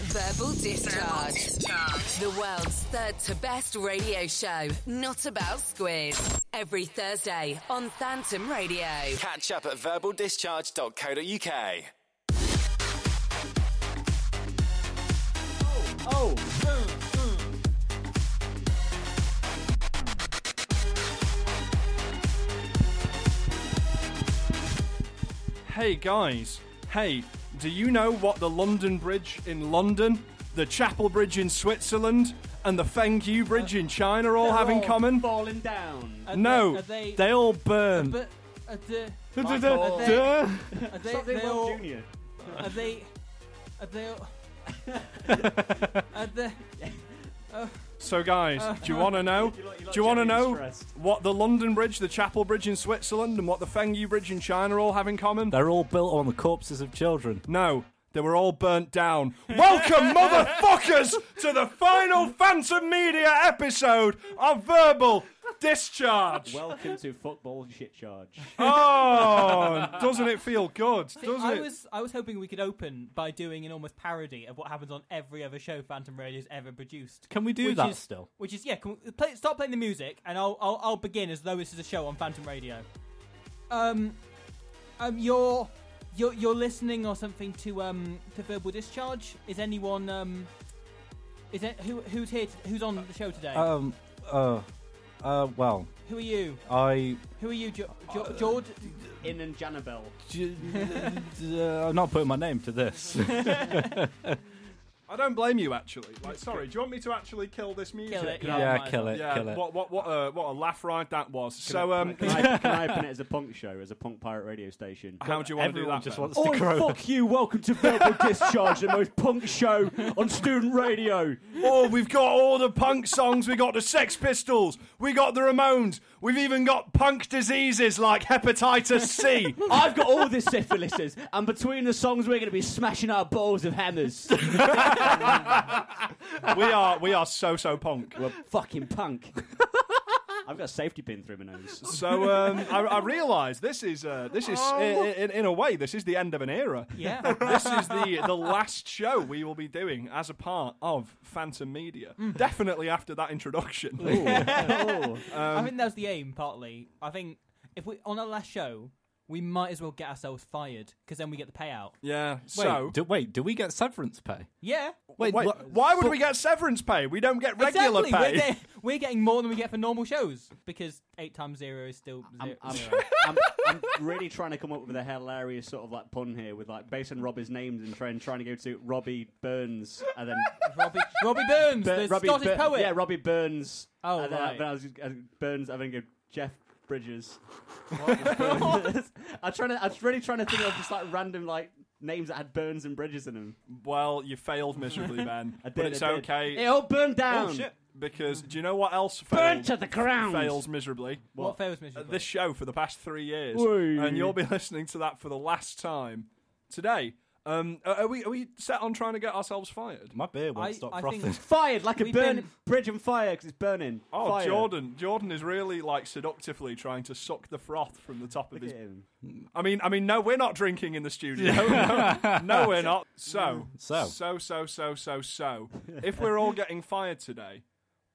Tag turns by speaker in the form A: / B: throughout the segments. A: Verbal Discharge. The world's third to best radio show, not about squid. Every Thursday on Phantom Radio.
B: Catch up at verbaldischarge.co.uk.
C: Oh, Hey guys, hey, do you know what the London Bridge in London, the Chapel Bridge in Switzerland, and the Fengyu Bridge in China all have in common?
D: Falling down.
E: Are
C: no,
E: They, are they,
C: all burn.
E: But are they,
D: Michael.
C: Duh, duh.
E: are they,
D: Something
E: they
D: World
E: all,
D: Junior.
E: are they, are they, all- are they,
C: So, guys, do you want to know?
D: You lot- you lot
C: do you want to
D: genuinely
C: know
D: stressed.
C: what the London Bridge, the Chapel Bridge in Switzerland, and what the Fengyu Bridge in China all have in common?
F: They're all built on the corpses of children.
C: No, they were all burnt down. Welcome, motherfuckers, to the final Phantom Media episode of Verbal Discharge.
D: Welcome to football shit charge.
C: Oh, doesn't it feel good? Doesn't
E: I
C: it?
E: was I was hoping we could open by doing an almost parody of what happens on every other show Phantom Radio's ever produced.
F: Can we do
E: which
F: that
E: is-
F: still?
E: Which is yeah. Can we play, stop playing the music, and I'll, I'll I'll begin as though this is a show on Phantom Radio. Um, um, you're you're you're listening or something to um to verbal discharge. Is anyone um is it who who's here t- who's on the show today?
F: Um, uh, uh, well,
E: who are you?
F: I.
E: Who are you, jo- jo- George?
D: In and Janabel.
F: d- d- uh, I'm not putting my name to this.
C: I don't blame you, actually. Like, sorry, do you want me to actually kill this music?
E: it,
C: Can I-
E: Oh, Yeah,
F: yeah,
E: might
F: kill
E: as
F: it,
C: Yeah,
F: kill it.
C: what what what a, what a laugh ride that was. so um,
D: can, I, can I open it as a punk show, as a punk pirate radio station?
C: how do you want to do
F: Everyone
C: that?
F: just
C: then?
F: wants
D: Oi,
F: to grow.
D: fuck you! Welcome to Verbal Discharge, the most punk show on student radio.
C: Oh, we've got all the punk songs. We got the Sex Pistols. We got the Ramones. We've even got punk diseases like hepatitis C.
D: I've got all the syphilises, and between the songs, we're going to be smashing our balls of hammers.
C: we are we are so so punk.
D: We're fucking punk. I've got a safety pin through my nose.
C: So um, I, I realise this is uh, this is i in, in a way this is the end of an era.
E: Yeah.
C: This is the the last show we will be doing as a part of Phantom Media. Definitely after that introduction.
D: Um,
E: I think that was the aim, partly. I think if we on our last show, we might as well get ourselves fired because then we get the payout.
C: Yeah.
F: Wait,
C: so
F: do, wait, do we get severance pay?
E: Yeah,
F: Wait,
C: wait,
F: what-
C: why would we get severance pay? We don't get regular
E: exactly.
C: pay.
E: We're, get- we're getting more than we get for normal shows because eight times zero is still
D: I'm,
E: 0
D: I'm, I'm, I'm really trying to come up with a hilarious sort of like pun here with like based on Robbie's names and trying trying to go to Robbie Burns and then
E: Robbie, Robbie Burns,
D: Bur-
E: the
D: Robbie
E: Scottish
D: Bur-
E: poet.
D: Yeah, Robbie Burns.
E: Oh,
D: and then, I-
E: right.
D: then I was uh, Burns. and then go Jeff Bridges. I'm trying to. I'm really trying to think of just like random like names that had Burns and Bridges in them.
C: Well, you failed miserably, Ben.
D: I
C: but
D: did,
C: it's
D: I did.
C: okay.
D: It all burned down.
C: Oh, shit. Because do you know what else
D: Burn
C: failed,
D: to the ground.
C: fails miserably?
E: what, fails
C: Uh,
E: miserably?
C: This show for the past three years,
D: Oi.
C: and you'll be listening to that for the last time today. Um, are are we are we set on trying to get ourselves fired?
F: My beer won't
E: I-
F: stop
E: I
F: frothing.
E: think-
D: Fired like a
E: We've
D: burn
E: been-
D: bridge and fire because it's burning.
C: Oh,
D: Fire.
C: Jordan! Jordan is really like seductively trying to suck the froth from the top of
D: Look
C: his.
D: at him.
C: I mean, I mean, no, we're not drinking in the studio. no, no, we're not. So,
F: So.
C: so, so, so, so, so. If we're all getting fired today,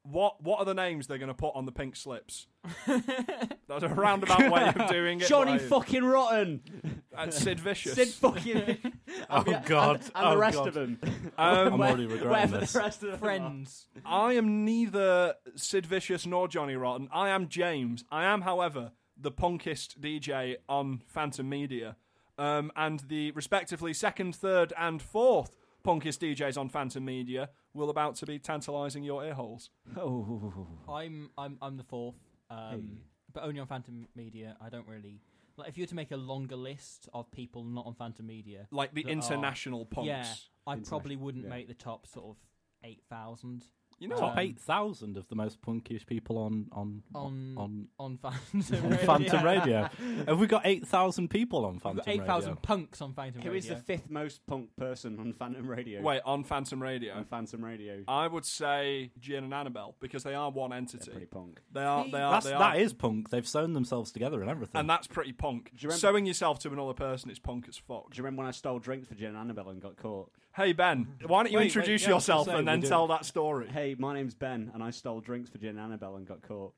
C: what what are the names they're going to put on the pink slips? That's a roundabout way of doing it.
D: Johnny
C: like-
D: fucking Rotten.
C: and Sid Vicious.
D: Sid fucking. and
F: oh, God.
D: and
F: oh,
D: the rest
F: God.
D: of them.
F: I'm already regretting
D: Wherever
F: this.
D: the rest of them are.
E: Friends.
C: I am neither Sid Vicious nor Johnny Rotten. I am James. I am, however, the punkist DJ on Phantom Media, um, and the respectively second, third, and fourth punkist DJs on Phantom Media will about to be tantalising your ear holes.
F: Oh.
E: I'm I'm I'm the fourth, um, but only on Phantom Media. I don't really like if you were to make a longer list of people not on Phantom Media.
C: Like the
E: that are-
C: international punks.
E: Yeah, I
D: International,
E: probably wouldn't
D: yeah.
E: make the top sort of eight thousand.
C: You know,
F: Top
C: what?
F: eight thousand of the most punkish people on on
E: on on
F: on,
E: on Phantom
F: on
E: Radio.
F: Phantom Radio. Have we got eight thousand people on Phantom
E: We've got
F: Radio?
E: eight thousand punks on Phantom
D: Who
E: Radio.
D: is the fifth most punk person on Phantom Radio?
C: wait on Phantom Radio.
D: on Phantom Radio.
C: I would say Jin and Annabelle because they are one entity.
D: Pretty punk.
C: They are. They are.
F: That's,
C: they are.
F: that is punk. They've sewn themselves together and everything.
C: and that's pretty punk.
D: you remember-
C: Sewing yourself to another person is punk as fuck.
D: Do you remember when I stole drinks for Jen and Annabelle and got caught?
C: Hey Ben, why don't you
F: Wait, wait,
C: introduce
F: yeah, I was
C: yourself
F: gonna say,
C: and
F: we
C: then
F: do.
C: tell that story?
D: Hey, my name's Ben, and I stole drinks for Jen and Annabelle and got caught.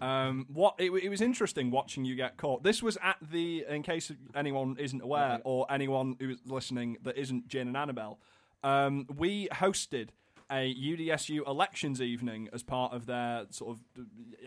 C: Um, what it, it was interesting watching you get caught. This was at the, in case anyone isn't aware or anyone who's listening that isn't Jane and Annabelle, um, we hosted a UDSU elections evening as part of their sort of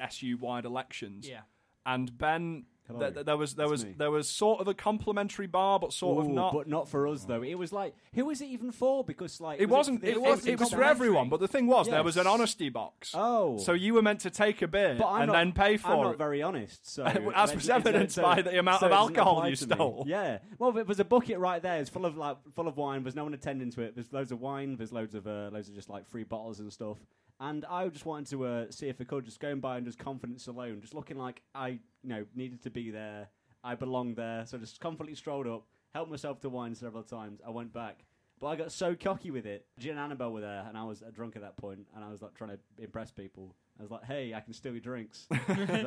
C: SU wide elections.
E: Yeah.
C: And Ben,
D: Hello,
C: th- th- there was there
D: it's
C: was
D: me.
C: there was sort of a complimentary bar, but sort of
D: Ooh,
C: not.
D: but not for us though. It was like, who was it even for? Because like,
C: It
D: was
C: wasn't.
D: for the
C: It,
D: fifth
C: was. It was for
D: complimentary?
C: everyone. But the thing was, there was an
D: Yes.
C: honesty box.
D: Oh.
C: So you were meant to take a beer
D: But I'm
C: and
D: not,
C: then pay
D: I'm
C: for
D: not
C: it.
D: very honest. So
C: As was
D: so-
C: evidenced by the amount of
D: it doesn't
C: alcohol
D: apply
C: you
D: to me.
C: stole.
D: Yeah. Well, if it was a bucket right there. It's full of like full of wine. There's no one attending to it. There's loads of wine. There's loads of uh, loads of just like free bottles and stuff. And I just wanted to uh, see if I could just going by and just confidence alone, just looking like I you know needed to be there. I belonged there. So just confidently strolled up, helped myself to wine several times. I went back. But I got so cocky with it. Jin and Annabelle were there, and I was uh, drunk at that point, and I was like trying to impress people. I was like, "Hey, I can steal your drinks." so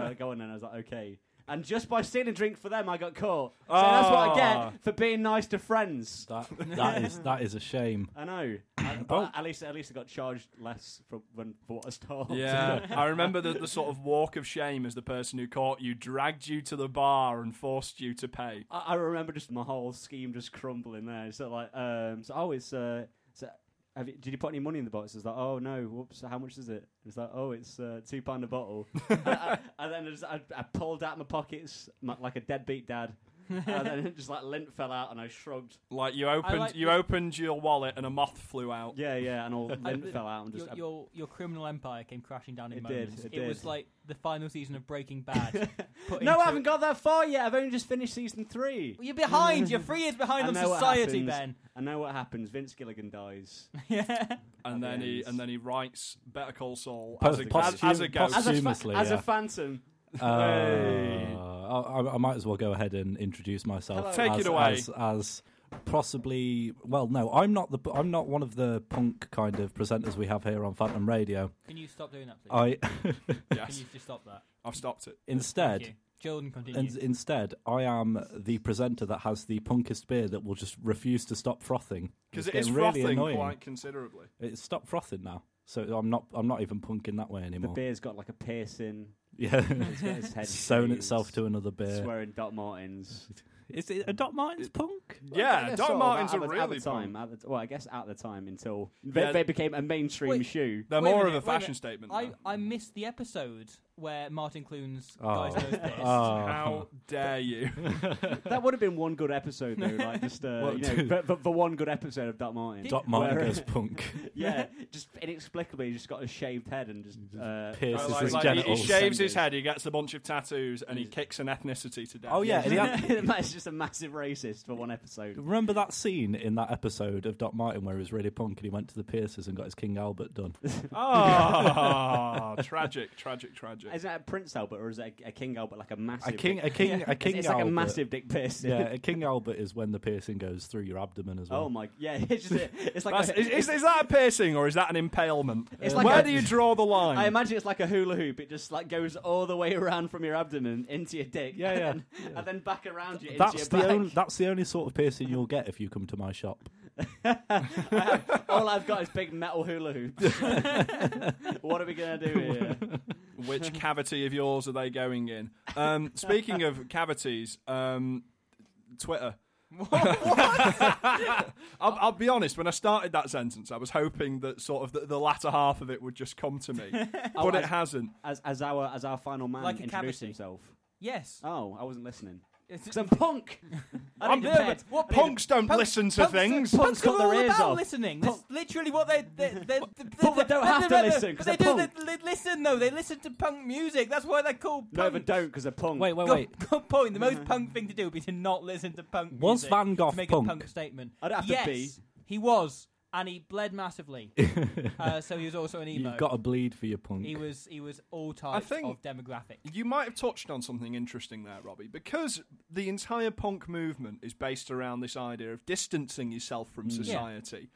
D: I go in, and I was like, "Okay." And just by stealing a drink for them, I got caught. So that's what I
C: Ah.
D: get for being nice to friends.
F: that, that is that is a shame.
D: I know. I- but at least, at least I got charged less for when for what I stole.
C: Yeah, I remember the, the sort of walk of shame as the person who caught you dragged you to the bar and forced you to pay.
D: I, I remember just my whole scheme just crumbling there. So like, um, so oh, it's uh, so have you, did you put any money in the box? It's like, oh no, whoops, how much is it? It's like, oh, it's uh, two pound a bottle. and, I, and then I, just, I, I pulled out my pockets my, like a deadbeat dad, and then it just like lint fell out, and I shrugged.
C: Like you opened
E: like
C: you
E: the-
C: opened your wallet and a moth flew out.
D: Yeah, yeah, and all lint fell out, and just
E: Your, your your criminal empire came crashing down in
D: It did,
E: moments.
D: it
E: was
D: did.
E: like the final season of Breaking Bad. put
D: no,
E: into-
D: I haven't got that far yet. I've only just finished season three.
E: You're behind. You're three years behind on
D: what
E: society,
D: happens.
E: Ben.
D: I know what happens. Vince Gilligan dies.
E: yeah.
C: And then he
D: Yes.
C: and then he writes Better Call Saul
F: Pos-
C: as a,
F: posthum-
C: as a ghost.
D: As a,
F: Posthumously,
D: as a
F: yeah.
D: phantom.
F: Uh,
C: Hey.
F: I, I- I might as well go ahead and introduce myself.
C: Hello. Take
F: as,
C: it away.
F: As, as possibly, well, no, I'm not the I'm not one of the punk kind of presenters we have here on Phantom Radio.
E: Can you stop doing that, please?
F: I
E: Can
C: yes,
E: you just stop that?
C: I've stopped it.
E: Thank
F: instead.
E: you. Jordan, continue.
F: In, instead, I am the presenter that has the punkest beer that will just refuse to stop frothing.
C: Because
F: It's
C: it is
F: getting really
C: frothing
F: annoying.
C: quite considerably.
F: It's stopped frothing now, so I'm not. I'm not even punking that way
D: The
F: anymore.
D: beer's got like a piercing.
F: Yeah,
D: It's got his head
F: it's sewn
D: shaved.
F: itself to another
D: It's
F: beer.
D: wearing Doc Martens.
F: Is it a Dot Martens punk?
C: yeah, Don
D: sort of,
C: Martins
D: at
C: Uh, are
D: the-
C: really
D: at the time.
C: punk.
D: At the t- well, I guess at the time until they,
C: Yeah.
D: they became a mainstream
E: Wait.
D: shoe.
C: They're
E: Wait a
C: more
E: minute,
C: of a
E: wait a
C: fashion
E: minute.
C: statement.
E: I,
C: now.
E: I missed the episode where Martin Clunes
F: Oh.
E: dies nose pierced.
C: Ah.
F: Oh.
C: How dare you?
D: That would have been one good episode though, like just uh,
F: Well,
D: you know,
F: dude.
D: but, but for one good episode of Doc Martens.
F: Dot Martin
D: Where-
F: goes punk.
D: yeah, just inexplicably he's just got a shaved head and just uh,
F: Pierces
C: Like-
F: his
C: like, he- he,
F: genitals.
C: shaves his head, he gets a bunch of tattoos, and he kicks an ethnicity to death.
F: Oh yeah, and he had-
D: That's just a massive racist for one episode.
F: remember that scene in that episode of Dot Martin where he was really punk and he went to the piercers and got his King Albert done.
C: Oh, tragic, tragic, tragic.
D: Is that a Prince Albert or is that a, a King Albert, like a
F: A
D: massive?
F: king,
D: dick-
F: a king, a king.
D: it's
F: Albert.
D: like a massive dick piercing.
F: Yeah, a King Albert is when the piercing goes through your abdomen as well.
D: Oh my, yeah, it's just a, it's like
C: That's-
D: a,
C: is, is- is that a piercing or is that an impalement?
D: It's like
C: Where
D: a-
C: do you draw the line?
D: I imagine it's like a hula hoop. It just like goes all the way around from your abdomen into your dick.
F: Yeah, yeah.
D: and, and then back around you into
F: That's
D: your
F: the
D: back.
F: only, that's the only sort of piercing you'll get if you come to my shop.
D: all I've got is big metal hula hoops. what are we gonna do here?
C: Which cavity of yours are they going in? Um, speaking of cavities, um, Twitter. I'll, I'll be honest. When I started that sentence, I was hoping that sort of the, the latter half of it would just come to me, but it
D: Oh, I-
C: hasn't.
D: As as our as our final man
E: Like a
D: introduced
E: cavity.
D: himself.
E: Yes.
D: Oh, I wasn't listening.
E: It's-
D: Because I'm punk. I don't
C: I'm
D: get
C: there,
D: fed.
C: but what
D: I don't
C: punks don't listen to
E: punks-
C: things.
D: punks
E: Punks are
D: got their
E: all
D: ears
E: about
D: off.
E: listening. That's literally what they they they. they, they
D: But they don't have to listen, 'cause
E: But they
D: they're
E: do. They,
D: punk.
E: they listen though. They listen to punk music. That's why they're called.
D: No,
E: punks.
D: they don't because they're punk.
F: Wait, wait,
E: Good,
F: wait.
E: good point. The most punk thing to do would be to not listen to punk.
F: Was
E: music,
F: Van Gogh
E: to make a
F: punk?
E: punk statement?
D: I'd have to
E: yes,
D: be.
E: He was, and he bled massively. uh, so he was also an emo.
F: You've got to bleed for your punk.
E: he was he was all types
C: think-
E: of demographic.
C: You might have touched on something interesting there, Robbie, because the entire punk movement is based around this idea of distancing yourself from society.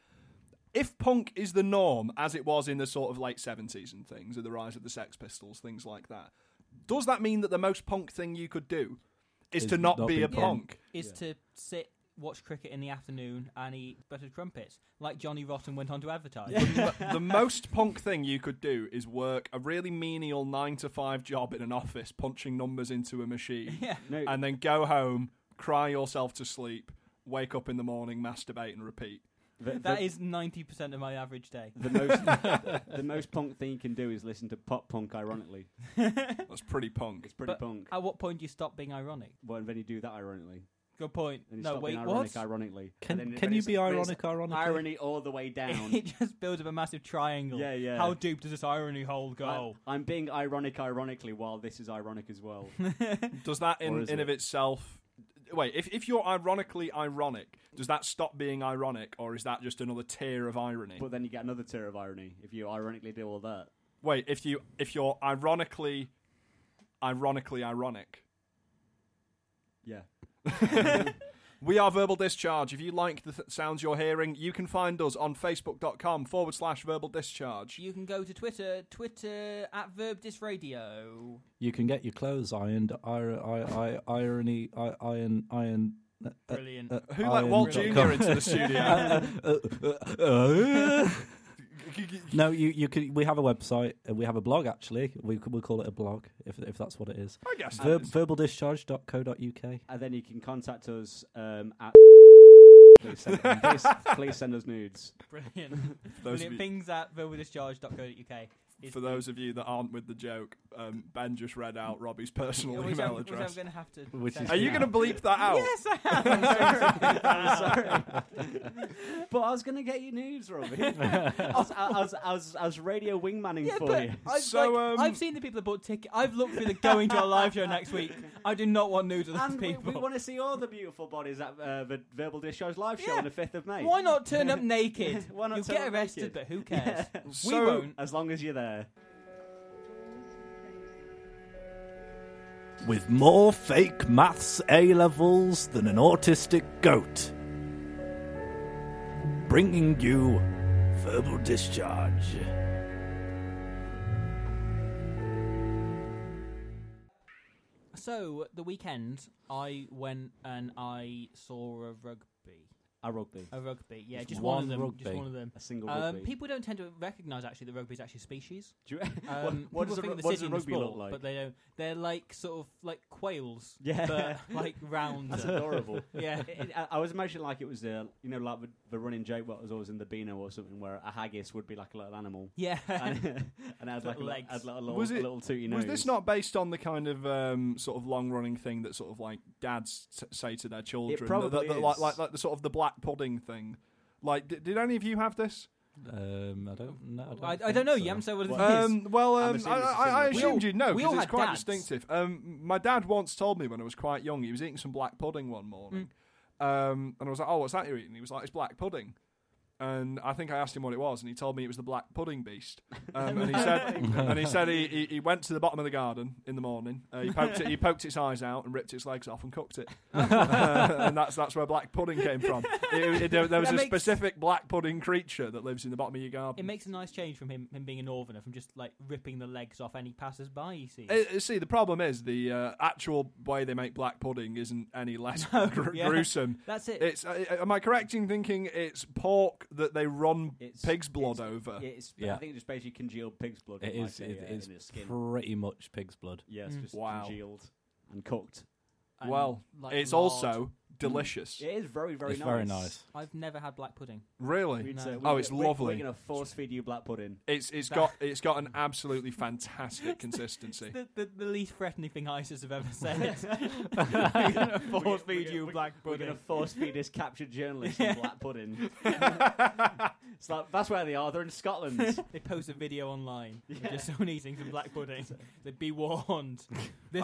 C: If punk is the norm, as it was in the sort of late 70s and things, or the rise of the Sex Pistols, things like that, does that mean that the most punk thing you could do is,
F: Is
C: to not,
F: not
C: be
F: be
C: a
F: punk.
C: punk?
E: Is to sit watch cricket in the afternoon and eat buttered crumpets like Johnny Rotten went on to advertise.
C: The- the most punk thing you could do is work a really menial nine to five job in an office, punching numbers into a machine,
D: No.
C: and then go home, cry yourself to sleep, wake up in the morning, masturbate, and repeat.
D: The,
E: That
D: the-
E: is ninety percent of my average day.
D: the most the most punk thing you can do is listen to pop punk. Ironically,
C: That's pretty punk.
D: it's pretty
E: But
D: punk.
E: At what point do you stop being ironic?
D: Well, and then you do that ironically.
E: Good point.
D: And you
E: no,
D: stop
E: wait,
D: being
E: what?
D: ironic, ironically.
F: Can-
D: And then-
F: can
D: then
F: you
D: it's-
F: be
D: but it's
F: ironic, ironically?
D: Irony all the way down.
E: it just builds up a massive triangle.
D: Yeah, yeah.
E: How deep does this irony hole
D: I'm,
E: go?
D: I'm being ironic, ironically, while this is ironic as well.
C: Does that
D: Or
C: in,
D: is
C: in of
D: it?
C: itself. Wait, if, if you're ironically ironic, does that stop being ironic, or is that just another tier of irony?
D: but then you get another tier of irony if you ironically do all that.
C: Wait, if you if you're ironically, ironically ironic,
D: Yeah.
C: We are Verbal Discharge. If you like the th- sounds you're hearing, you can find us on facebook.com forward slash verbal discharge.
E: you can go to Twitter, Twitter at Verb Dis Radio.
F: You can get your clothes ironed. ir- I, I, irony. I, iron. Iron.
E: Brilliant.
C: Who let Walt Jr.
F: iron.com.
C: into the studio?
F: no, you you could. We have a website. uh, We have a blog actually. We could- we'll call it a blog if if that's what it is.
C: I guess.
F: Verb, verbaldischarge.co.uk.
D: And then you can contact us um, at. Please send, please, please send us nudes.
E: Brilliant.
C: Those of
E: Brilliant.
C: you,
E: Things at verbaldischarge.co.uk. Is
C: for those of you that aren't with the joke, um, Ben just read out Robbie's personal
E: which I'm,
C: email
E: which I'm
C: address.
E: gonna have to
D: Which
E: send
D: is
C: Are you
D: Yeah.
C: going to bleep that out?
E: Yes, I am. I'm sorry.
D: But I was going to get you nudes, Robbie. I, was, I, was, I, was, I was radio wingmanning
E: Yeah,
D: for
E: but
D: you.
E: I've,
C: So, um,
E: like, I've seen the people that bought tickets. I've looked through the going to a live show next week. I do not want nudes of those
D: And we,
E: people.
D: we want to see all the beautiful bodies at uh, the Verbal Discharge live show
E: Yeah.
D: on the 5th of May.
E: Why not turn up naked?
D: Why not
E: You'll
D: turn
E: get
D: up
E: arrested,
D: naked?
E: but who cares?
C: So-
E: we won't.
D: As long as you're there.
F: With more fake maths A levels than an autistic goat. Bringing you verbal discharge.
E: So the weekend, I went and I saw a rugby.
D: A rugby.
E: A rugby, yeah,
F: Just
E: just
F: one
E: one, of them. Just
F: rugby.
E: one of them.
D: A single
E: Um,
D: rugby.
E: people don't tend to recognise actually that rugby is actually a species.
D: Do you-
E: Um,
D: what,
E: people
D: what does
E: think
D: a, ru-
E: of the
D: what does a
E: city and the
D: rugby
E: sport,
D: look like?
E: But they don't. They're like sort of like quails,
D: Yeah.
E: but like round.
D: That's adorable.
E: yeah,
D: It- I, I was imagining like it was uh, you know like the, the running joke what was always in the Beano or something where a haggis would be like a little animal
E: yeah.
D: and, and had like a,
E: Little
D: li-
E: legs.
D: had like a little,
C: Was it-
D: a little tooty nose.
C: Was this not based on the kind of um, sort of long running thing that sort of like dads s- say to their children? That-
D: probably
C: that- that Like,
D: is.
C: like, like the sort of the black pudding thing. Like, did, did any of you have this?
F: Um, I don't know.
E: I, I don't know. You haven't said what it is.
D: What?
C: Um, well,
D: I'm
C: um, I,
D: assuming it's
C: I,
D: a
C: I
D: similar
E: thing.
C: assumed
E: We
C: you'd know
E: all- we all
C: because it's
E: had
C: quite
E: dads.
C: distinctive. Um, my dad once told me when I was quite young, he was eating some black pudding one morning, um, and I was like, "Oh, what's that you're eating?" He was like, "It's black pudding." And I think I asked him what it was, and he told me it was the black pudding beast. Um, and he said, and he said he, he, he went to the bottom of the garden in the morning. Uh, he poked it, he poked its eyes out and ripped its legs off and cooked it. Uh, and that's that's where black pudding came from. It- it- there, there was
E: That
C: a
E: makes-
C: specific black pudding creature that lives in the bottom of your garden.
E: It makes a nice change from him, him being a northerner, from just like ripping the legs off any passers-by he sees.
C: Uh, uh, see, the problem is the uh, actual way they make black pudding isn't any less gr-
E: Oh, yeah.
C: gruesome.
E: That's it.
C: It's. Uh, uh, am I correct in thinking it's pork that they run
D: It's-
C: pig's blood
D: it's-
C: over?
D: It's, I
F: Yeah.
D: think it's basically congealed pig's blood.
F: It
D: in, like,
F: is.
D: a,
F: It
D: uh,
F: is
D: in its skin.
F: pretty much pig's blood.
D: yeah, it's just
C: Wow.
D: congealed and cooked.
E: And,
C: well,
E: like,
C: it's
E: lard. Mm.
C: also delicious.
D: It is very very
F: it's
D: nice.
F: very nice.
E: I've never had black pudding.
C: Really,
E: No.
D: So
E: Oh,
D: we're-
C: it's
D: we're-
C: lovely.
D: We're gonna force feed you black pudding.
C: it's it's got it's got an absolutely fantastic consistency.
E: The, the, the least threatening thing ISIS have ever said. I'm gonna force feed you black
D: We're gonna
E: pudding.
D: force feed this captured journalist some black pudding. it's like that's where they are. They're in Scotland.
E: They post a video online of just someone eating some black pudding. They'd be warned. This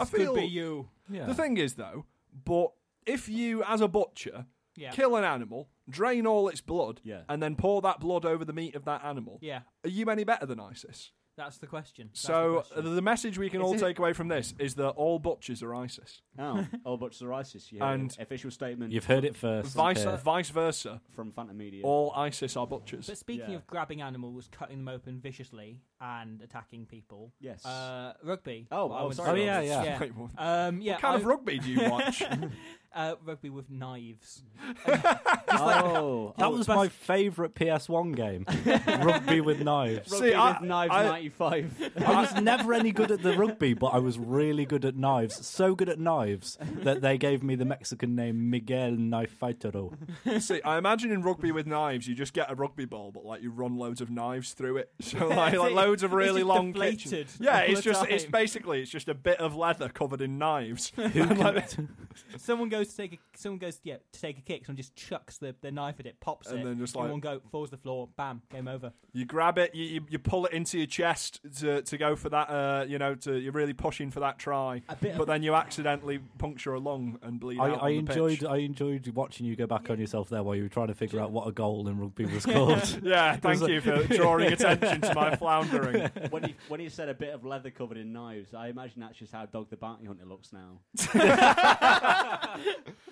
C: I
E: could
C: feel-
E: be you.
F: Yeah.
C: The thing is, though, but if you, as a butcher,
E: Yeah.
C: kill an animal, drain all its blood,
D: Yeah.
C: and then pour that blood over the meat of that animal.
E: Yeah.
C: Are you any better than ISIS?
E: That's the question. That's the
C: so
E: question.
C: the, message we can all take away from this is that all butchers are ISIS.
D: Oh, all butchers are ISIS. You heard
C: And-
D: it. official statement
F: You've heard it first.
C: Vice,
F: here.
C: vice versa,
D: from Phantom Media.
C: all ISIS are butchers.
E: But speaking
D: Yeah.
E: of grabbing animals, cutting them open viciously, and attacking people.
D: Yes.
E: Uh, rugby.
D: Oh,
E: What I
D: oh,
E: would
D: sorry.
E: say.
F: Oh, yeah, yeah.
E: yeah.
C: Wait, what
E: Um, yeah.
C: kind of
E: I-
C: rugby do you watch?
E: uh, rugby with knives.
D: oh,
F: that was my favourite PS1 game. rugby with knives.
C: See, I-
D: Knives
C: I-
D: 95.
F: I was never any good at the rugby, but I was really good at knives. So good at knives that they gave me the Mexican name Miguel Knife Fightero.
C: See, I imagine in rugby with knives, you just get a rugby ball, but like you run loads of knives through it, so like, like loads of
E: It's
C: really
E: just
C: long.
E: deflated
C: kitchen-
E: all
C: Yeah,
E: the
C: it's just it's
E: time.
C: basically it's just a bit of leather covered in knives.
F: Who can,
E: Someone goes to take a someone goes yeah to take a kick. Someone just chucks the, the knife at it, pops
C: And
E: it,
C: then just
E: in
C: like-
E: one go falls to the floor. Bam, game over.
C: You grab it, you, you, you pull it into your chest to, to go for that, uh, you know, to, you're really pushing for that try,
E: A bit of-
C: but then you accidentally puncture a lung and bleed
F: I,
C: out.
F: I
C: on the
F: enjoyed
C: pitch.
F: I enjoyed watching you go back on yourself there while you were trying to figure out what a goal in rugby was called.
C: Yeah, thank
F: was
C: you for drawing attention to my floundering.
D: when, he, when he said a bit of leather covered in knives, I imagine that's just how Dog the Bounty Hunter looks now.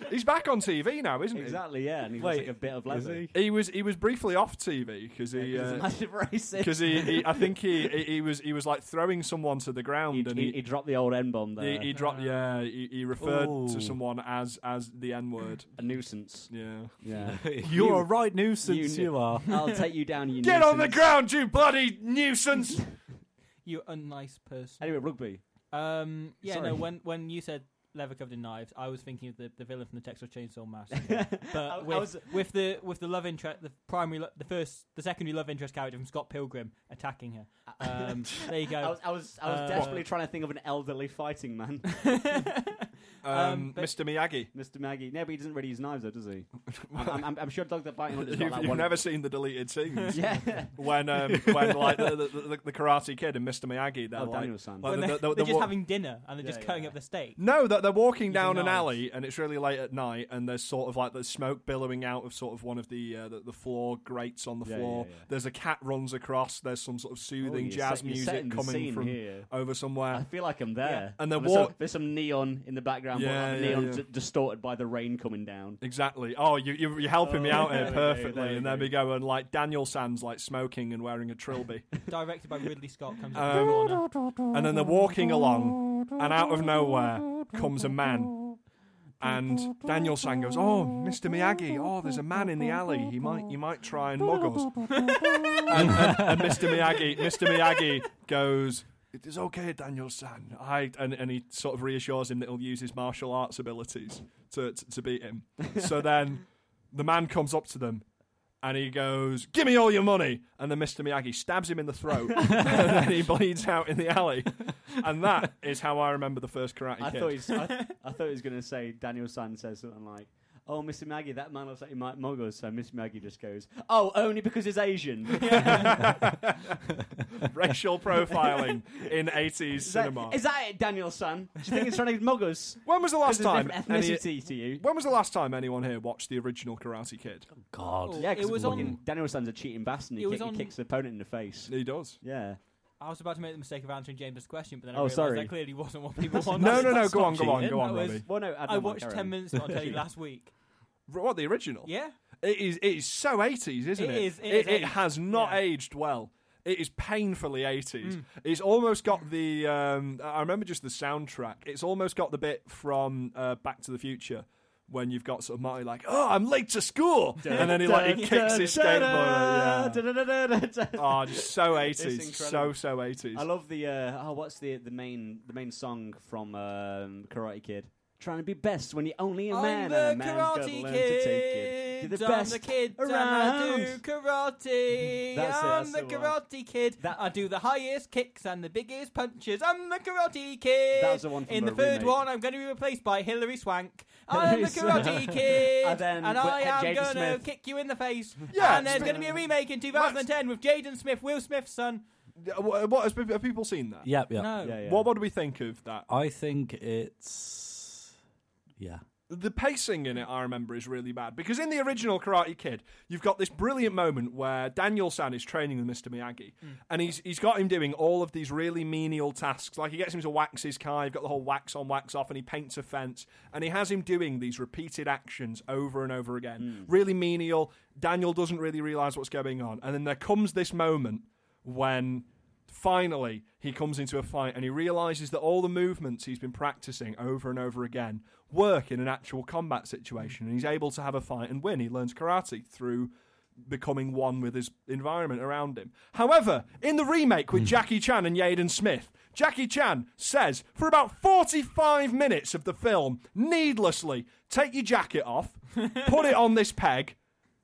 C: He's back on TV now, isn't
D: Exactly, yeah. And he looks
F: Wait,
D: like a bit of leather.
F: he?
C: he? He was he was briefly off TV because he.
D: He's a
C: uh,
D: massive racist.
C: because he, he, I think he, he, he was, he was like throwing someone to the ground,
D: he,
C: and
D: he, he
C: he,
D: dropped the old N bomb
C: he,
D: there.
C: he dropped, yeah, he, he referred
F: Ooh.
C: to someone as, as the N word,
D: a nuisance.
C: yeah.
D: Yeah.
F: You're a right nuisance,
D: you-
F: you are.
D: I'll take you down, you
C: Get on the
D: nuisance.
C: ground, you bloody nuisance!
E: You unnice person.
D: Anyway, rugby.
E: Um, yeah,
D: Sorry.
E: no. When when you said leather covered in knives, I was thinking of the, the villain from the Texas Chainsaw Massacre. but
D: I- I
E: with,
D: was-
E: with the with the love interest, the primary, lo- the first, the secondary love interest character from Scott Pilgrim attacking her. Um, there you
D: Uh, I
E: go.
D: was, I was, I was
E: Uh,
D: desperately trying to think of an elderly fighting man.
C: Um,
E: Um, but-
C: Mr. Miyagi.
D: Mr. Maggie. No, but he doesn't really use knives, though, does he? I'm, I'm, I'm sure Dog the Biting Hunter's got
C: You've,
D: that
C: you've
D: one.
C: never seen the deleted scenes
D: yeah.
C: when, um, when like the, the, the, the Karate Kid and Mr. Miyagi. They're
D: Oh,
C: like,
D: Daniel-san.
C: like,
E: When
C: the-
E: they're,
C: the- the-
E: they're just
C: wa-
E: having dinner and they're just
D: Yeah,
E: cutting
D: yeah.
E: up the steak.
C: No, they're, they're walking down an
E: knives.
C: alley and it's really late at night, and there's sort of like the smoke billowing out of sort of one of the uh, the, the floor grates on the
D: Yeah,
C: floor.
D: yeah, yeah.
C: There's a cat runs across. There's some sort of soothing
D: you're
C: jazz
D: set- you're
C: music
D: setting the
C: coming
D: scene
C: from
D: here.
C: over
D: I
C: somewhere.
D: feel like I'm there.
C: And the
D: there's, some,
C: walk-
D: there's some neon in the background,
C: Yeah,
D: but like
C: yeah,
D: neon
C: yeah.
D: d- distorted by the rain coming down.
C: Exactly. Oh, you, you, you're helping me
D: Oh,
C: out
D: there
C: here
D: we go,
C: perfectly.
D: there we
C: and
D: go.
C: then we go and like Daniel Sands like smoking and wearing a trilby.
E: Directed by Ridley Scott comes up
C: Um,
E: the corner.
C: and then they're walking along, and out of nowhere comes a man. And Daniel San goes, "Oh, Mr. Miyagi! Oh, there's a man in the alley. He might, he might try and mug us." and, and- and Mr. Miyagi, Mr. Miyagi goes, "It is okay, Daniel San." I and, and he sort of reassures him that he'll use his martial arts abilities to to, to beat him. So then the man comes up to them. And he goes, "Give me all your money!" And then Mr. Miyagi stabs him in the throat, and then he bleeds out in the alley. And that is how I remember the first Karate
D: I
C: Kid.
D: thought, he's, I, I thought he was going to say Daniel San says something like, "Oh, Mr. Maggie, that man looks like he might mug us." So Mr. Maggie just goes, "Oh, only because he's Asian." Is
C: Racial profiling in '80s
D: that-
C: cinema.
D: is that it, Daniel San? Do you think he's trying to mug us?
C: when was the last
D: Because there's
C: time?
D: different
C: any-
D: ethnicity to you.
C: when was the last time anyone here watched the original Karate Kid?
F: God.
E: Oh.
D: Yeah,
E: It was
D: because
E: on-
D: Daniel San's a cheating bastard. And
E: It
D: he,
E: was
D: kick,
E: on-
D: he kicks the opponent in the face.
C: He does.
D: Yeah.
E: I was about to make the mistake of answering James' question, but then I
D: Oh,
E: realised
D: sorry.
E: that clearly wasn't what people wanted.
C: No, no, no.
F: that's
C: Go
F: not
C: on, go on,
F: cheating.
C: go on,
E: Oh, That was-
C: Robbie.
D: Well, no, Adam
E: I watched
D: Carrion.
E: ten minutes of Telly last week.
C: What the original?
E: Yeah,
C: It is. It is so 80s, isn't it?
E: It is, it
C: It,
E: is
C: it
E: 80s,
C: has not
E: yeah. Mm.
C: aged well. It is painfully 80s. It's almost got the. Um, I remember just the soundtrack. It's almost got the bit from uh, Back to the Future. When you've got sort of Marty like, oh, I'm late to school, and then he like he kicks his skateboard. Yeah. Oh, just so eighties, so
D: incredible.
C: so eighties.
D: I love the uh, oh, what's the the main the main song from um, Karate Kid? Trying to be best when you're only a
E: I'm
D: man.
E: the
D: and a man's gotta
E: karate
D: learn to take it.
E: kid.
D: You're the
E: I'm
D: best
E: the kid and I
D: around.
E: do karate. I'm
D: That's it, that's
E: the
D: the one.
E: karate kid.
D: That-
E: I do the highest kicks and the biggest punches. I'm the karate kid.
D: That was the one from
E: In
D: the
E: the third
D: remake.
E: one, I'm going to be replaced by Hilary Swank. I'm
D: Hilary
E: the karate
D: Swank.
E: kid,
D: And then with
E: I am
D: Jaden
E: gonna
D: Smith.
E: kick you in the face.
C: Yeah,
E: and there's
C: it's
E: going to be a remake in 2010 with Jaden Smith, Will Smith's son.
C: uh, What, what has, have people seen that?
F: Yep, yep.
E: No,
D: Yeah, yeah.
C: What, what do we think of that?
F: I think it's. Yeah.
C: the pacing in it, I remember, is really bad because in the original Karate Kid, you've got this brilliant moment where Daniel San is training the Mr. Miyagi, and he's he's got him doing all of these really menial tasks. Like he gets him to wax his car, you've got the whole wax on, wax off, and he paints a fence, and he has him doing these repeated actions over and over again, really menial. Daniel doesn't really realize what's going on, and then there comes this moment when Finally, he comes into a fight and he realizes that all the movements he's been practicing over and over again work in an actual combat situation, and he's able to have a fight and win. He learns karate through becoming one with his environment around him. However, in the remake with Jackie Chan and Yaden Smith, Jackie Chan says for about 45 minutes of the film, needlessly, take your jacket off, put it on this peg,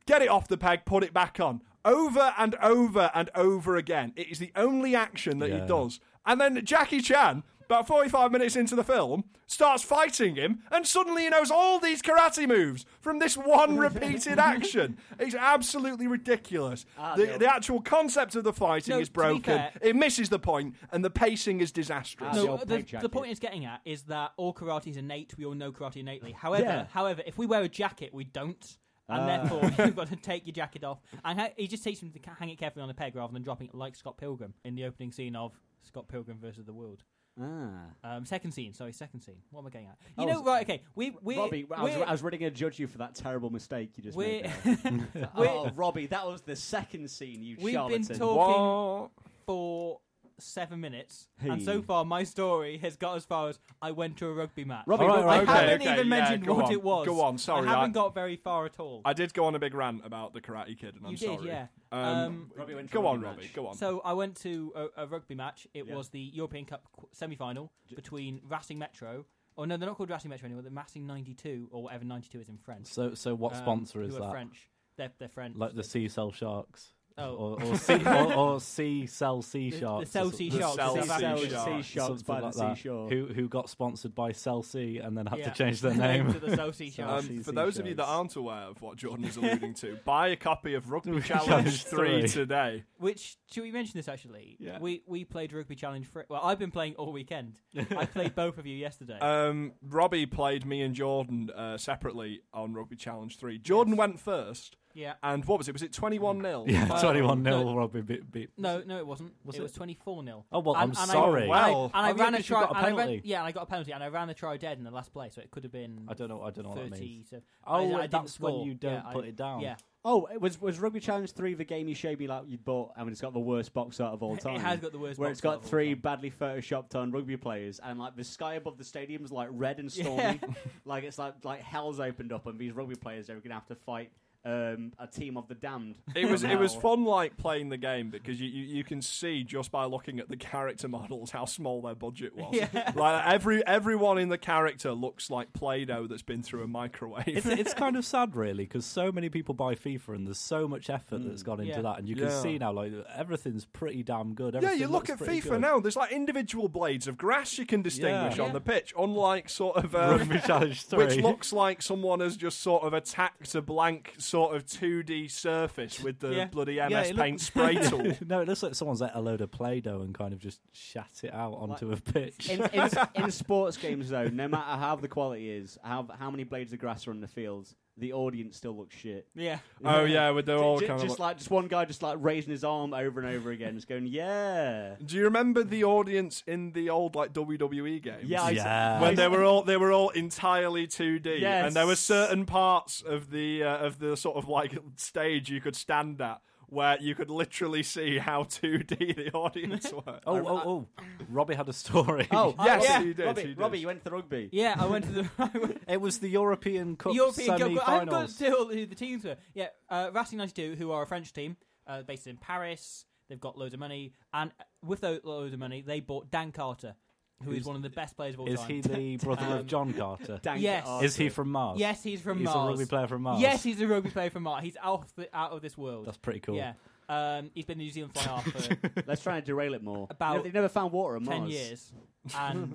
C: get it off the peg, put it back on. Over and over and over again. It is the only action that he
F: Yeah.
C: does. And then Jackie Chan, about 45 minutes into the film, starts fighting him, and suddenly he knows all these karate moves from this one repeated action. It's absolutely ridiculous. the, the actual concept of the fighting
E: Ah, No,
C: is
E: to be
C: broken,
E: fair-
C: it misses the point, and the pacing is disastrous.
D: Ah, the
E: No, uh,
D: old
E: the,
D: peg jacket.
E: the point it's getting at is that all karate is innate. We all know karate innately. However,
D: Yeah. Ah.
E: however, if we wear a jacket, we don't, and therefore you've got to take your jacket off. And ha- he just teaches them to ca- hang it carefully on a peg rather than dropping it like Scott Pilgrim in the opening scene of Scott Pilgrim versus the World.
D: Ah.
E: Um, second scene, sorry, second scene. What am I getting at? You
D: Oh,
E: know,
D: s-
E: right? Okay, we we
D: Robbie, I was,
E: we're-
D: I was really going to judge you for that terrible mistake you just
E: we're-
D: made. there. oh, Robbie, that was the second scene you
E: We've been
D: charlatan.
E: talking-
C: What?
E: for seven minutes, and
D: Hey.
E: so far my story has got as far as I went to a rugby match.
D: Robbie,
F: All right,
D: Robbie,
E: I
F: okay,
E: haven't
C: okay,
E: even
C: yeah,
E: mentioned
C: go
E: what
C: on,
E: it was.
C: go on, sorry,
E: I haven't
C: I-
E: got very far at all.
C: I did go on a big rant about the Karate Kid, and I'm
E: You did,
C: sorry.
E: yeah.
C: Um,
E: Um,
D: Robbie went to
C: go
D: a
C: on,
D: rematch.
C: Robbie. Go on.
E: So I went to a, a rugby match. It
D: Yeah.
E: was the European Cup qu- semi-final between Racing Metro. Oh no, they're not called Racing Metro anymore. They're Racing 92 or whatever 92 is in French.
F: So, so what
E: Um,
F: sponsor is
E: who are
F: that?
E: French. They're, they're French.
F: Like the sea cell sharks,
E: Oh.
F: or or sea, or, or sea cell sea
E: The- the
F: sharks, or
E: cell
F: so-
E: sea
F: the
E: sharks,
F: cell
C: South
D: Sea
C: Africa.
D: sharks,
C: Something
D: sea sharks by the
F: like that,
D: seashore.
F: Who who got sponsored by Cell C and then had
E: Yeah.
F: to change their
E: Name
F: name?
E: to the Sochi Sharks.
C: Um,
D: Sea
C: for those of you that
D: seashells.
C: aren't aware of what Jordan is alluding to, buy a copy of Rugby Challenge
F: Challenge
C: 3
F: three.
C: today.
E: Which should we mention this actually?
C: Yeah.
E: We we played rugby challenge. For, well, I've been playing all weekend. I played both of you yesterday.
C: Um, Robbie played me and Jordan uh, separately on Rugby Challenge 3. Jordan went first,
E: yeah.
C: and what was it? Was it 21 0?
F: Mm. yeah,
E: Well,
F: twenty one
E: no.
F: 0 Robbie beat. beat.
E: No, no, it wasn't.
F: Was
E: it,
F: it?
E: was twenty four 0
F: Oh, well, I'm
E: and, and
F: sorry.
E: I,
C: Well,
E: and
F: I
E: I, and I
F: mean,
E: ran a
F: because you
E: try.
F: got a
E: and I ran,
F: penalty.
E: yeah, and I got a penalty, and I ran the try dead in the last play, so it could have been.
F: I don't know. I don't know what that means.
E: so- I- I
F: Oh,
E: didn't
F: that's when
E: score.
F: you don't
E: Yeah,
F: put
E: I-
F: it down.
E: Yeah,
D: Oh, it was was Rugby Challenge three the game you showed me like you bought? I mean, it's got the worst box art of all
E: It
D: time.
E: has got the worst
D: Where
E: box
D: it's
E: art
D: got
E: of all
D: three
E: time.
D: badly photoshopped on rugby players, and like the sky above the stadium's like red and stormy, like it's like like hell's opened up, and these rugby players are gonna have to fight um, a team of the damned.
C: It was
D: from
C: it was
D: hell.
C: fun like playing the game because you, you, you can see just by looking at the character models how small their budget was. Like every everyone in the character looks like Play-Doh that's been through a microwave.
F: It's, it's kind of sad, really, because so many people buy FIFA, and there's so much effort that's gone into
E: Yeah.
F: that, and you
C: Yeah.
F: can see now, like everything's pretty damn good.
C: Yeah,
F: Everything
C: you look
F: looks
C: at
F: pretty
C: FIFA
F: good.
C: now. There's like individual blades of grass you can distinguish
F: Yeah.
C: on
E: Yeah.
C: the pitch, unlike sort of uh,
F: Rugby Challenge Three,
C: which looks like someone has just sort of attacked a blank sort of 2D surface with the
E: Yeah.
C: bloody MS
F: Yeah, it
C: Paint spray tool.
F: no, it looks like someone's ate a load of Play-Doh and kind of just shat it out onto a pitch.
D: in, in, in sports games though, no matter how the quality is, how how many blades of grass are on the field, the audience still looks shit.
E: yeah.
C: oh yeah, with the all
D: Ju-
C: kind
D: just
C: of.
D: like just one guy just like raising his arm over and over again, just going, "Yeah,
C: Do you remember the audience in the old like WWE games?
D: yeah, I-
F: Yeah.
C: When they were all they were all entirely 2D,
D: Yes.
C: and there were certain parts of the uh, of the sort of like stage you could stand at where you could literally see how 2D the audience were.
F: Oh, oh, oh! Robbie had a story.
D: Oh,
C: Yes,
D: Robbie,
C: he did,
D: Robbie,
C: he did.
D: Robbie, you went to the rugby.
E: Yeah, I went to the I went-
F: it was the European Cup
E: European Cup. I haven't got
F: semi-finals.
E: to all who the teams were. Yeah, uh, Racing 92, who are a French team uh, based in Paris. They've got loads of money, and with those loads of money, they bought Dan Carter, who is
F: Who's-
E: one of the best players of all
F: Is
E: time.
F: he the brother of John Carter?
D: Dank
E: Yes.
D: it, Arthur.
F: Is he from Mars?
E: Yes, he's from
F: He's
E: Mars.
F: a rugby player from Mars.
E: Yes, he's a rugby player from Mars. He's out of, the, out of this world.
F: that's pretty cool.
E: Yeah. Um, he's been in New Zealand fly half for
D: Let's try and derail it more.
E: About
D: You know, they never found water on
E: 10
D: Mars.
E: years. And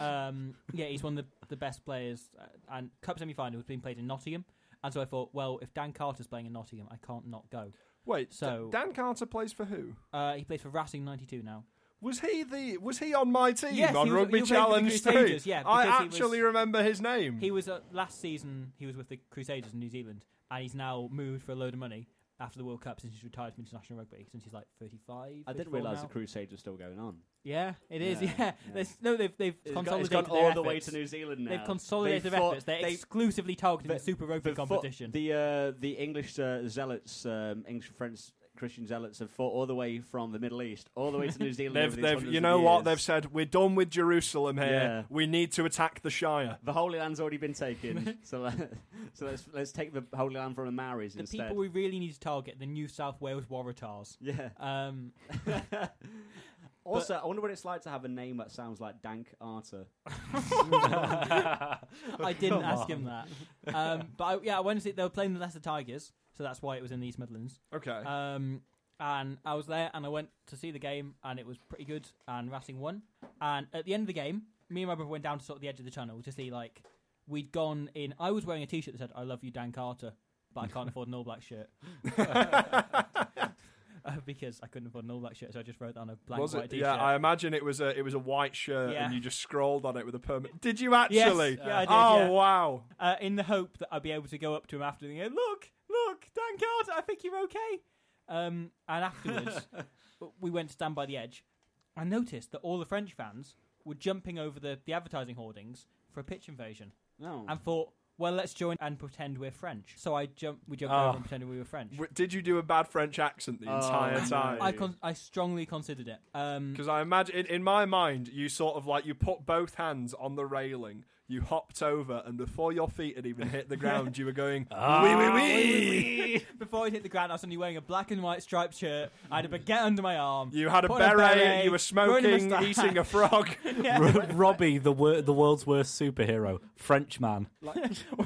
E: um, yeah, he's one of the, the best players. Uh, and Cup semi final has been played in Nottingham. And so I thought, well, if Dan Carter's playing in Nottingham, I can't not go.
C: Wait,
E: So-
C: Dan Carter plays for who?
E: Uh, he plays for Racing 92 now.
C: Was he the? Was he on my team
E: Yes,
C: on
E: he was-
C: Rugby
E: he was playing for the
C: Challenge Three?
E: Crusaders,
C: I
E: yeah, because he was-
C: actually remember his name.
E: He was uh, last season. He was with the Crusaders in New Zealand, and he's now moved for a load of money after the World Cup since he's retired from international rugby. Since he's like thirty-five.
D: I didn't
E: 34
D: realise
E: now.
D: the Crusades were still going on.
E: Yeah, it is. Yeah,
D: Yeah, yeah.
E: There's- no, they've they've
D: It's gone, it's
E: consolidated
D: gone
E: their
D: all the way
E: efforts.
D: to New Zealand now.
E: They've consolidated
D: They
E: their
D: fought-
E: efforting. They're
D: they-
E: exclusively targeting the,
D: the-
E: Super Rugby
D: the fo-
E: competition.
D: The uh, the English uh, zealots, um, English French Christian zealots, have fought all the way from the Middle East all the way to New Zealand.
C: They've,
D: over these
C: they've,
D: hundreds
C: you
D: of
C: know what?
D: years.
C: They've said we're done with Jerusalem here.
D: Yeah.
C: We need to attack the Shire.
D: The Holy Land's already been taken, so let, so let's let's take the Holy Land from the Maoris
E: the
D: instead.
E: people we really need to target the New South Wales Waratahs.
D: yeah.
E: Um,
D: also, I wonder what it's like to have a name that sounds like Dank Arter.
E: I didn't
F: Come
E: ask him that. Um, but I, yeah, I went to see they were playing the Leicester Tigers, so that's why it was in the East Midlands.
C: Okay.
E: Um, and I was there, and I went to see the game, and it was pretty good. And Racing won. And at the end of the game, me and my brother went down to sort of the edge of the tunnel to see like we'd gone in. I was wearing a T-shirt that said "I love you, Dan Carter," but I can't afford an all black shirt. Uh, because I couldn't afford an all black shirt, so I just wrote that on a blank
C: was
E: white
C: it?
E: T-shirt.
C: Yeah, I imagine it was a it was a white shirt,
E: Yeah.
C: and you just scrolled on it with a permit. Did you actually?
E: yeah, I did,
C: oh
E: yeah.
C: wow!
E: uh, in the hope that I'd be able to go up to him after and go, look, look, Dan Carter, I think you're okay. Um, and afterwards, we went to stand by the edge. I noticed that all the French fans were jumping over the, the advertising hoardings for a pitch invasion
D: No.
E: and thought, well, let's join and pretend we're French. So I jumped, we jumped
C: Ah.
E: over and pretended we were French.
C: W- Did you do a bad French accent the
D: Oh,
C: entire
D: no.
E: I,
C: time?
E: con- I strongly considered it. Um,
C: Because I imagine in, in my mind, you sort of like you put both hands on the railing, you hopped over, and before your feet had even hit the ground, you were going
E: Ah.
C: wee Ah, wee wee.
E: before I hit the ground, I was suddenly wearing a black and white striped shirt. I had a baguette under my arm.
C: You had a
E: Put on
C: beret,
E: a beret,
C: you were
E: wearing a
C: smoking,
E: moustache.
C: eating a frog.
F: Ro- Robbie, the wor- the world's worst superhero, Frenchman.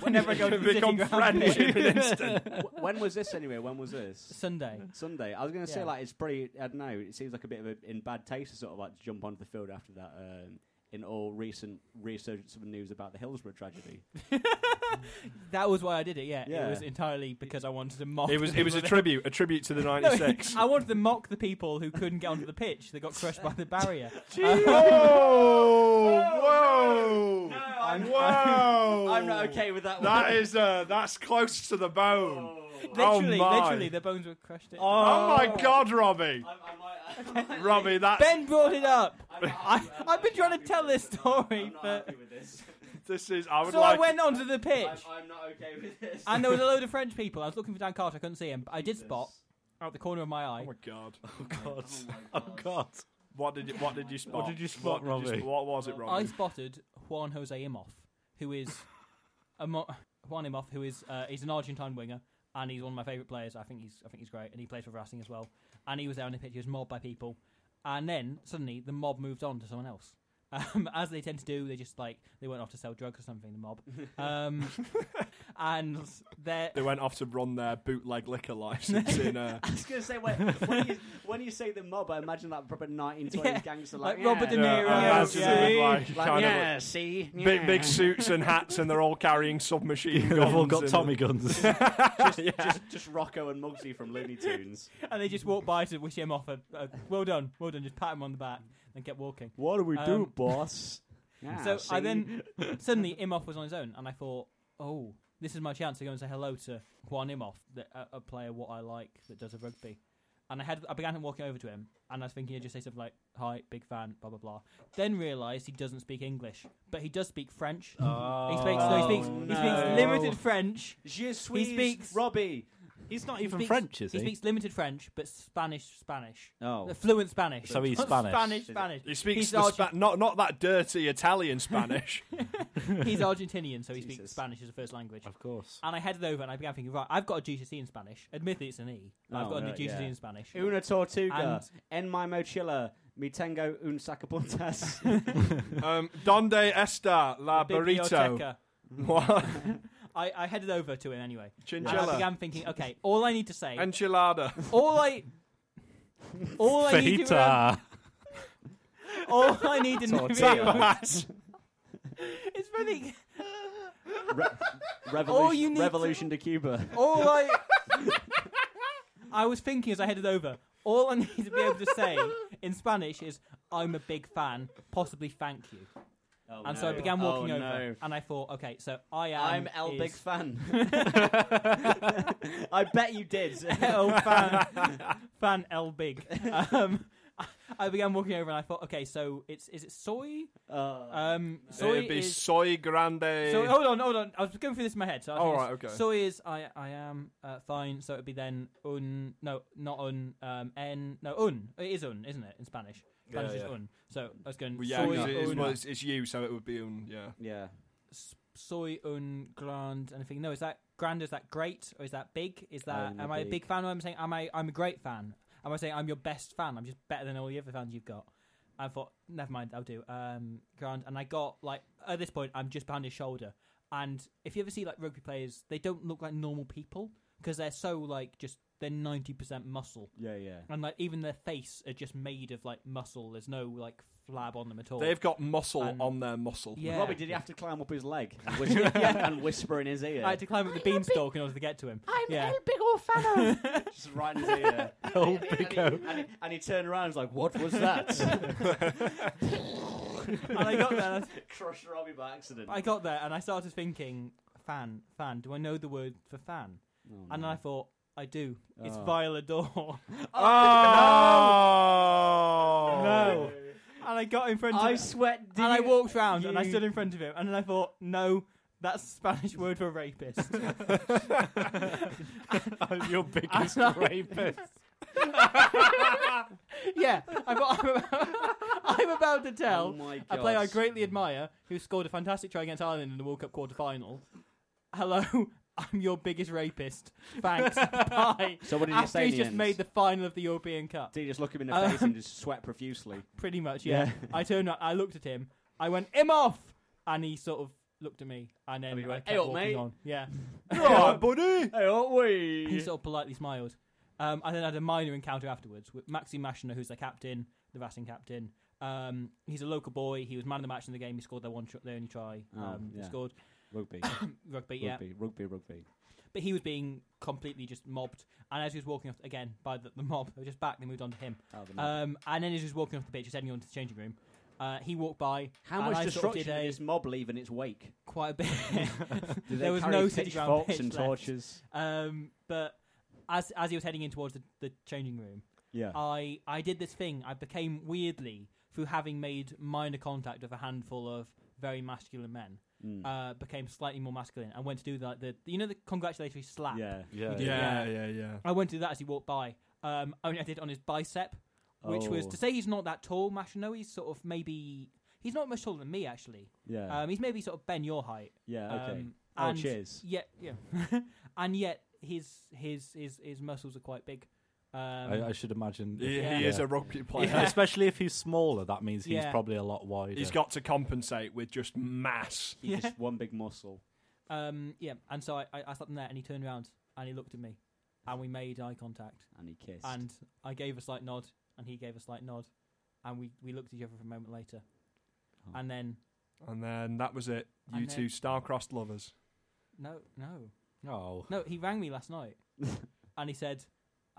E: Whenever I go to the
C: become
E: city ground,
C: French in an instant.
D: W- when was this anyway? When was this?
E: Sunday.
D: Sunday. I was going to say
E: Yeah.
D: like it's pretty. I don't know. It seems like a bit of a, in bad taste to sort of like jump onto the field after that. Um, in all recent resurgence of news about the Hillsborough tragedy.
E: That was why I did it. Yeah,
D: Yeah.
E: it was entirely because I wanted to mock.
C: It was
E: the
C: it was a
E: people
C: tribute, a tribute to the
E: that-
C: '96.
E: I wanted to mock the people who couldn't get onto the pitch. They got crushed by the barrier.
C: oh, whoa!
D: I'm,
C: Whoa!
D: I'm not okay with that one.
C: That is uh, that's close to the bone. Oh
E: literally,
C: my.
E: literally, their bones were crushed. In.
C: Oh my God, Robbie! Robbie, that's
E: Oh. Ben brought it up. I, I've been trying to tell this story,
D: I'm not
E: but
D: happy with this.
C: this is. I would
E: so I
C: like.
E: went onto the
D: I'm,
E: pitch,
D: I'm not okay with this.
E: and there was a load of French people. I was looking for Dan Carter, I couldn't see him, but I did spot out the corner of my eye.
C: Oh my God!
F: Oh God! Oh God!
C: What did you What did you spot?
F: did you spot,
C: what
F: Robbie?
C: what was it,
E: I
C: Robbie?
E: spotted Juan Jose Imhoff, who is amo Juan Imhoff, who is uh, he's an Argentine winger, and he's one of my favourite players. I think he's I think he's great, and he plays for Racing as well. And he was there on the pitch. He was mobbed by people, and then suddenly the mob moved on to someone else. Um, as they tend to do, they just like they went off to sell drugs or something. The mob, um, and they're
C: They went off to run their bootleg liquor license in. Uh,
D: I was going to say, when, when, you, when you say the mob, I imagine that proper 1920s
E: Yeah,
D: gangster
E: like
D: like,
E: Robert De
D: yeah.
E: Niro,
C: I
E: yeah,
C: imagine
E: yeah.
C: it was like
D: Like,
C: kind of
D: yeah, see,
C: like big, big
D: Yeah.
C: suits and hats, and they're all carrying submachine guns.
F: We've all got
C: and-
F: Tommy guns.
D: just, just Rocco and Muggsy from Looney Tunes.
E: and they just walk by to wish him off. A, a, well done, well done. Just pat him on the back and kept walking.
D: What do we
E: do, Um,
D: boss? Yeah,
C: Ah,
E: So I
D: see?
E: then suddenly Imhoff was on his own, and I thought, oh, this is my chance to go and say hello to Juan Imhoff, the, a, a player what I like that does a rugby. And I had I began walking over to him, and I was thinking he'd just say something like, "Hi, big fan," blah blah blah. Then realised he doesn't speak English, but he does speak French.
C: Oh,
E: he speaks, no, he speaks, he
D: no.
E: speaks limited French.
D: Je suis
E: speaks-
D: Robbie.
F: He's not
E: He
F: even
E: speaks-
F: French, is
E: He
F: he?
E: speaks limited French, but Spanish, Spanish,
D: Oh.
E: fluent Spanish.
F: So he's
E: Not
F: Spanish.
E: Spanish, Spanish.
C: He speaks
E: He's
C: the
E: Argent-
C: Spa- not not that dirty Italian Spanish.
E: he's Argentinian, so he speaks
D: Jesus.
E: Spanish as a first language.
F: of course.
E: And I headed over and I began thinking, right, I've got a GCSE E in Spanish. Admittedly, it's an E. But I've
D: Oh,
E: got a
D: right,
E: GCSE
D: yeah.
E: in Spanish.
D: Una tortuga. En mi mochila. Mi tengo un sacapuntas.
C: um, Donde esta la burrito?
E: Biblioteca.
C: What?
E: I, I headed over to him anyway. And I
C: Chinchilla.
E: began thinking, okay, all I need to say,
C: Enchilada.
E: all I, all I need to, remember,
F: Fajita.
E: all I need to know
C: Tapas.
E: is really
D: Re-
E: All Oh, you
D: revolution
E: need to-
D: revolution to Cuba.
E: all I. I was thinking as I headed over. All I need to be able to say in Spanish is, I'm a big fan, possibly thank you. and so I began walking
B: Oh,
E: over,
B: no.
E: and I thought, okay, so I
B: I'm
E: am.
B: El Big
E: is-
B: Fan. I bet you did.
E: El fan, fan El Big. Um, I- I began walking over, and I thought, okay, so it's is it soy?
B: Uh,
E: Um, soy
C: It'd be
E: is.
C: soy grande.
E: So oh, hold on, hold on. I was going through this in my head. So I
C: Oh,
E: think
C: right,
E: it's-
C: okay.
E: Soy is I I am uh, fine. So it'd be then un no not un um n no un it is un isn't it in Spanish? Spanish is
C: yeah.
E: un. So I was going
C: Well, yeah,
E: soy
C: 'cause it is,
E: un
C: well, it's, it's you, so it would be un. Yeah.
B: yeah.
E: s- soy un grand anything. No, is that grand? Is that great or is that big? Is that
B: I'm a
E: am I a
B: big-
E: big fan? Or am I saying am I I'm a great fan? Am I saying I'm your best fan? I'm just better than all the other fans you've got. I thought, never mind, I'll do um, grand. And I got like at this point, I'm just behind his shoulder. And if you ever see like rugby players, they don't look like normal people because they're so like just they're ninety percent muscle,
D: Yeah, yeah.
E: and like even their face are just made of like muscle. There's no like flab on them at all.
C: They've got muscle
E: And-
C: on their muscle.
E: yeah.
D: Robbie, did he have to climb up his leg?
B: And whisper, and whisper in his ear.
E: I had to climb up the beanstalk in order to get to him.
B: I'm
E: Yeah.
B: El Big Orfano. Just right in his ear.
F: El
B: and, he,
F: Bigo.
B: and, he, and he turned around and was like, What was that?
E: and I got there. and
B: Crushed Robbie by accident.
E: I, I got there, and I started thinking, fan, fan. Do I know the word for fan?
B: Oh,
E: and then I thought, I do. It's
D: Oh.
E: Violador.
C: Oh!
E: no. And I got in front of
B: I
E: him,
B: sweat. did
E: and I
B: you-
E: walked round, and I
B: you-
E: stood in front of him, and then I thought, no. That's the Spanish word for rapist.
F: I'm your biggest
E: I-
F: rapist.
E: yeah, I thought, I'm, about, I'm about to
B: Oh
E: tell
B: my
E: a
B: god.
E: player I greatly admire who scored a fantastic try against Ireland in the World Cup quarter final. Hello, I'm your biggest rapist. Thanks. Bye.
D: So what did he
E: After
D: say in
E: he's
D: the
E: just
D: end?
E: made the final of the European Cup.
D: Did he just look him in the
E: Um,
D: face and just sweat profusely?
E: Pretty much, yeah. I turned up, I looked at him, I went, him off! And he sort of looked at me, and then
B: And he
E: I
B: went,
E: kept
B: "Hey up,
E: walking
B: mate."
E: on. Yeah.
C: Right, buddy!
B: Hey, aren't
E: he
B: we?
E: sort of politely smiled. Um, and then had a minor encounter afterwards with Maxi Mashner, who's their captain, the Racing captain. Um, he's a local boy. He was man of the match in the game. He scored their one, tr- their only try.
D: Oh,
E: um,
D: yeah.
E: He scored
D: Rugby,
E: rugby, yeah.
D: rugby, rugby, rugby.
E: But he was being completely just mobbed. And as he was walking off again by the, the mob, they were just back, they moved on to him.
D: Oh, the mob.
E: Um, and then as he was walking off the pitch, he was heading on to the changing room. Uh, he walked by.
D: How
E: and
D: much
E: I sort of
D: destruction
E: did a-
D: did this mob leave in its wake?
E: Quite a bit.
D: Do they
E: there was
D: carry
E: no city ground
D: pitchforks
E: pitch
D: and
E: left.
D: torches.
E: Um, but as as he was heading in towards the, the changing room,
D: Yeah.
E: I I did this thing. I became weirdly through having made minor contact with a handful of very masculine men,
D: Mm.
E: uh, became slightly more masculine and went to do like the, the you know the congratulatory slap.
D: yeah.
F: Yeah,
C: Yeah, yeah, yeah.
E: I went to do that as he walked by. Um, only I did it on his bicep, which was
D: Oh.
E: to say he's not that tall. Mashino, he's sort of maybe he's not much taller than me actually.
D: Yeah.
E: Um, he's maybe sort of Ben your height.
D: yeah. Okay.
E: Um,
D: oh,
E: and
D: cheers.
E: Yet, yeah, and yet his his his his muscles are quite big. Um,
F: I, I should imagine.
C: He, he
E: Yeah.
C: is a rugby player.
E: Yeah.
F: Especially if he's smaller, that means he's
E: Yeah.
F: probably a lot wider.
C: He's got to compensate with just mass.
D: He's
E: yeah.
D: Just one big muscle.
E: um, yeah, and so I, I, I slapped him there, and he turned around and he looked at me, and we made eye contact,
D: And he kissed.
E: and I gave a slight nod, and he gave a slight nod, and we we looked at each other for a moment later,
D: Oh.
E: and then
C: And then that was it. You
E: And then-
C: two star-crossed lovers.
E: no, no,
F: Oh.
E: no, he rang me last night, and he said.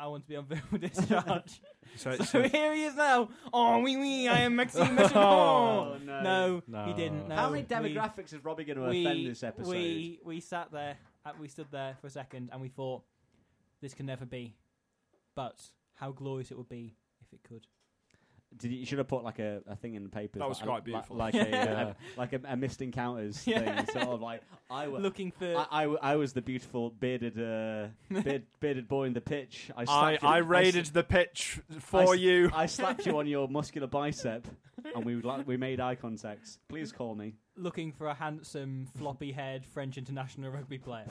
E: I want to be on verbal discharge.
C: So,
E: so here he is now. Oh, wee wee, I am Maxime Machon.
B: Oh, no.
E: no,
F: No.
E: he didn't. No,
D: How many
E: we-
D: demographics is Robbie going to
E: we,
D: offend this episode?
E: We we sat there, uh, we stood there for a second, and we thought, this can never be. But how glorious it would be if it could.
D: Did you, you should have put like a, a thing in the paper.
C: That was
D: like,
C: quite beautiful.
D: Like, like a,
F: Yeah.
D: uh like a, a missed encounters
E: Yeah.
D: thing. Sort of like I was.
E: Looking for
D: I, I, w- I was the beautiful bearded uh, beard, bearded boy in the pitch. I,
C: I,
D: slapped you-
C: I
D: s-
C: raided the pitch for
D: I s-
C: you.
D: I slapped you on your muscular bicep, and we would like, we made eye contact. Please call me.
E: looking for a handsome, floppy-haired French international rugby player.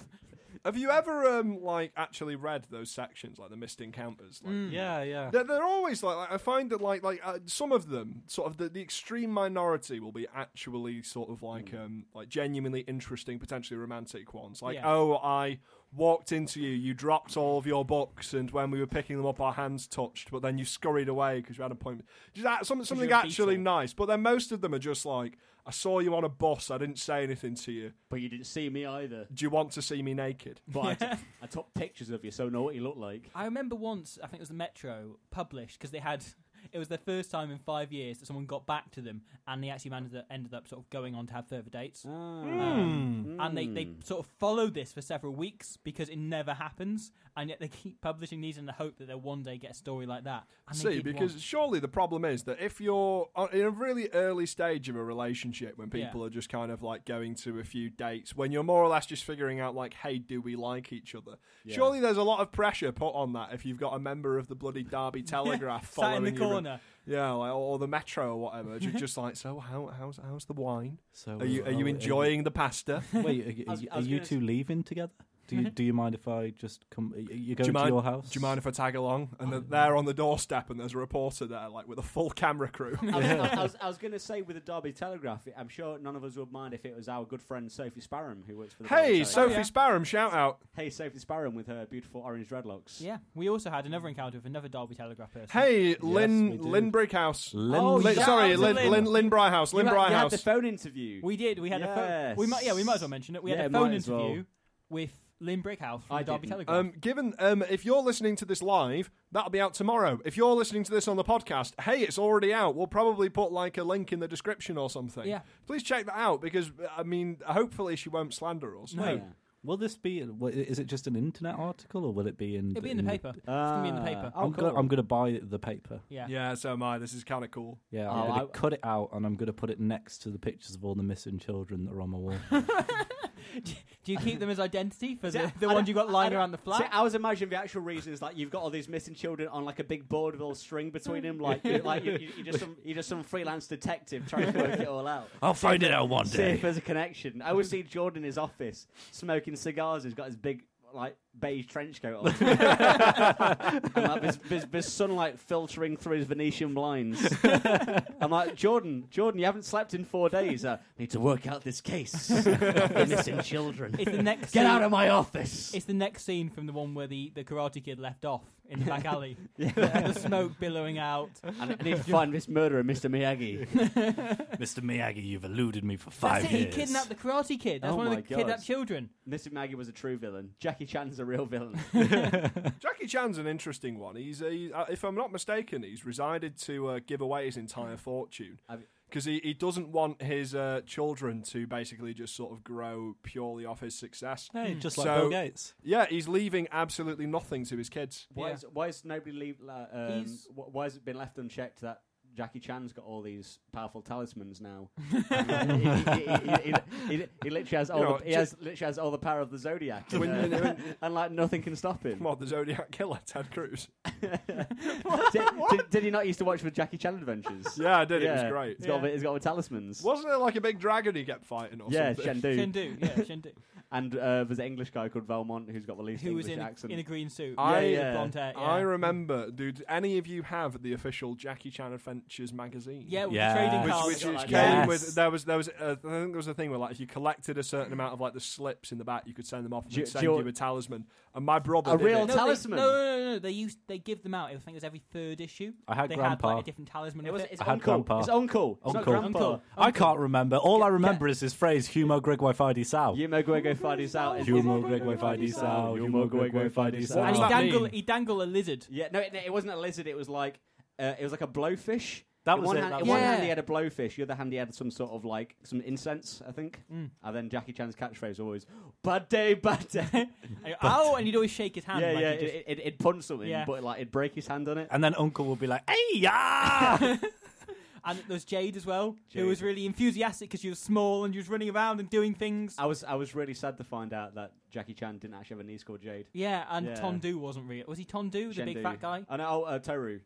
C: Have you ever um like actually read those sections like the missed encounters?
D: Mm.
C: Like,
E: Hmm.
F: Yeah, yeah.
C: They're, they're always like, like I find that like like uh, some of them sort of the, the extreme minority will be
E: Mm.
C: actually sort of like um like genuinely interesting potentially romantic ones like
E: Yeah.
C: oh I walked into you, you dropped all of your books, and when we were picking them up, our hands touched, but then you scurried away because you had an appointment. Just that, something, something
E: you're a
C: actually
E: beetle.
C: nice. But then most of them are just like, I saw you on a bus, I didn't say anything to you.
D: But you didn't see me either.
C: Do you want to see me naked?
D: But I, t- I took pictures of you, so I know what you look like.
E: I remember once, I think it was the Metro published because they had. It was their first time in five years that someone got back to them, and they actually ended up, ended up sort of going on to have further dates. Um, And they, they sort of followed this for several weeks because it never happens, and yet they keep publishing these in the hope that they'll one day get a story like that. And they
C: See,
E: did
C: because
E: once.
C: surely the problem is that if you're on- in a really early stage of a relationship, when
E: Yeah.
C: people are just kind of like going to a few dates, when you're more or less just figuring out like, hey, do we like each other? Surely there's a lot of pressure put on that if you've got a member of the bloody Derby Telegraph
E: sat
C: following
E: in the
C: you.
E: corner.
C: Yeah, like, or or the Metro or whatever. ju- just like, so how, how's how's the wine?
F: So
C: Are you are
F: uh,
C: you enjoying the pasta?
F: Wait, are, you-
D: I was- I
F: are
D: was
F: you
D: gonna
F: two
D: s-
F: leaving together? Do you do you mind if I just come? are You going to
C: mind-
F: your house? Oh,
C: Do you mind if I tag along? And then they're on the doorstep, and there's a reporter there, like with a full camera crew.
D: I was, I was, I was going to say with the Derby Telegraph, I'm sure none of us would mind if it was our good friend Sophie Sparham who works for the. Derby
C: hey,
D: Telegraph.
C: Sophie
E: Oh, yeah.
C: Sparham, shout out.
D: Hey, Sophie Sparham with her beautiful orange dreadlocks.
E: Yeah, we also had another encounter with another Derby Telegraph person.
C: Hey,
F: we
C: Lynn
F: do.
C: Lynn Brickhouse.
F: Lynn-
D: Oh,
C: Lynn-
D: yeah,
C: sorry,
E: it's
C: Lynn
E: Lynn.
C: Lynn Lynn Bryhouse.
D: You
C: Lynn
D: had- you had the
C: Bryhouse.
D: phone interview.
E: We did. We had a phone. We might. Yeah, we might as well mention it. We
D: Yeah,
E: had a phone
D: might as well.
E: interview with Lynn Brickhouse from
D: I
E: the Derby
D: didn't.
E: Telegraph.
C: Um, given um, if you're listening to this live, that'll be out tomorrow. If you're listening to this on the podcast, hey, it's already out. We'll probably put like a link in the description or something.
E: Yeah.
C: Please check that out because I mean, hopefully she won't slander us.
E: No.
F: Will this be? wha- Is it just an internet article, or will it be in?
E: It'll be in the paper. it's gonna be in the paper. Oh,
D: Ah,
F: I'm
D: cool.
F: gonna I'm gonna buy the paper.
E: yeah.
C: Yeah, so am I. This is kind of cool.
F: Yeah,
D: Oh,
F: I'm gonna
D: I-
F: cut it out and I'm gonna put it next to the pictures of all the missing children that are on my wall.
E: Do you keep them as identity for the,
D: See,
E: the
D: I
E: ones you
D: don't-
E: got
D: I
E: lying
D: don't-
E: around the
D: See,
E: flat?
D: I was imagining the actual reason is like you've got all these missing children on like a big board with a little string
E: Mm.
D: between them, like you're, like you you- you're just some you're just some freelance detective trying to work it all out.
F: I'll find it out one
D: See if there's a connection. I always see Jordan in his office smoking cigars. He's got his big like beige trench coat on. and like there's, there's, there's sunlight filtering through his Venetian blinds. I'm like Jordan, Jordan, you haven't slept in four days. I need to work out this case. Innocent children.
E: It's the next.
D: Get
E: scene.
D: out of my office.
E: It's the next scene from the one where the, the Karate Kid left off in the back alley. the smoke billowing out.
D: I I need to find this murderer, Mr. Miyagi.
F: Mr. Miyagi, you've eluded me for
E: That's
F: five
E: it. He kidnapped the Karate Kid. That's
D: Oh
E: one of
D: my
E: the
D: God.
E: kidnapped children.
D: Mr. Miyagi was a true villain. Jackie Chan's a real villain.
C: Jackie Chan's an interesting one. He's, he, uh, if I'm not mistaken, he's resided to uh, give away his entire fortune
D: Have you-
C: because he, he doesn't want his uh, children to basically just sort of grow purely off his success.
F: Hey,
E: Hmm.
F: just like
C: So-
F: Bill Gates.
C: Yeah, he's leaving absolutely nothing to his kids.
D: Why,
E: Yeah.
D: is, why is nobody leave? Uh, um,
E: He's-
D: wh- why has it been left unchecked that Jackie Chan's got all these powerful talismans now? uh, he, he- he- he- he literally has all.
C: You know,
D: the, he
C: just-
D: has literally has all the power of the zodiac, and,
C: When-
D: uh,
C: when-
D: and like nothing can stop him.
C: What, the Zodiac Killer, Ted Cruz?
D: Did, did, did he not used to watch the Jackie Chan adventures?
C: Yeah, I did. It was great.
D: It's got all the- it's got all the talismans.
C: Wasn't there like a big dragon he kept fighting or
D: Yeah,
C: something?
D: Shendu.
E: Shindu, yeah, Shindu.
D: And uh, there's an English guy called Valmont who's got the least
E: Who
D: English
E: was in a,
D: accent. uh,
E: in a green suit.
C: I-
E: yeah,
D: yeah.
E: blonde hair, yeah.
C: I remember, dude. Any of you have the official Jackie Chan Adventures magazine?
E: yeah, with
F: Yeah.
E: the trading
F: Which-
E: cards.
C: which,
D: Oh,
C: which
D: God,
C: came
F: yes.
C: with there was there was uh, I think there was a thing where like if you collected a certain amount of like the slips in the back, you could send them off and
D: Do you-
C: they'd send
D: do you-
C: you a talisman. And my brother,
D: A
C: did
D: real
C: it.
E: no, they-
D: talisman.
E: no, no, no, no. They used they give them out. I think it was every third issue.
F: I had
E: they
F: Grandpa.
E: had like a different talisman.
D: It was,
E: with
D: it's
F: I had
D: uncle.
F: grandpa.
D: It's uncle. It's not
F: Uncle.
D: grandpa.
E: Uncle.
F: I can't remember. All I remember is this phrase, Humo Gregway Fidi Sao.
D: Yumo Guego Fadi's out. is-
F: Humo Gregway Fidi Sao. Humo Gregway Fidi
D: What
E: and
D: does
E: he
C: that
F: Sao.
E: dangle
C: mean?
E: he dangle a lizard.
D: Yeah, no, it, it wasn't a lizard. It was like uh, it was like a blowfish.
F: That
D: In
F: was
D: one
F: it,
D: Hand,
F: that
D: in
F: was
D: one
E: it.
D: hand
E: Yeah.
D: he had a blowfish. The other hand he had some sort of like some incense, I think. And then Jackie Chan's catchphrase was always "Bad day, bad day." yeah,
E: And- oh, and he'd always shake his hand.
D: yeah.
E: like he'd just-
D: It, it, it'd punch something,
E: Yeah.
D: but like it'd break his hand on it.
F: And then Uncle would be like, hey, yeah!
E: And there was Jade as well, who was
D: Jade.
E: really enthusiastic because she was small and she was running around and doing things.
D: I was I was really sad to find out that Jackie Chan didn't actually have a niece called Jade.
E: yeah, and
D: Yeah.
E: Tondu wasn't real. Was he Tondu, the big
D: Shendu.
E: fat guy?
D: Oh no, oh, uh, Toru.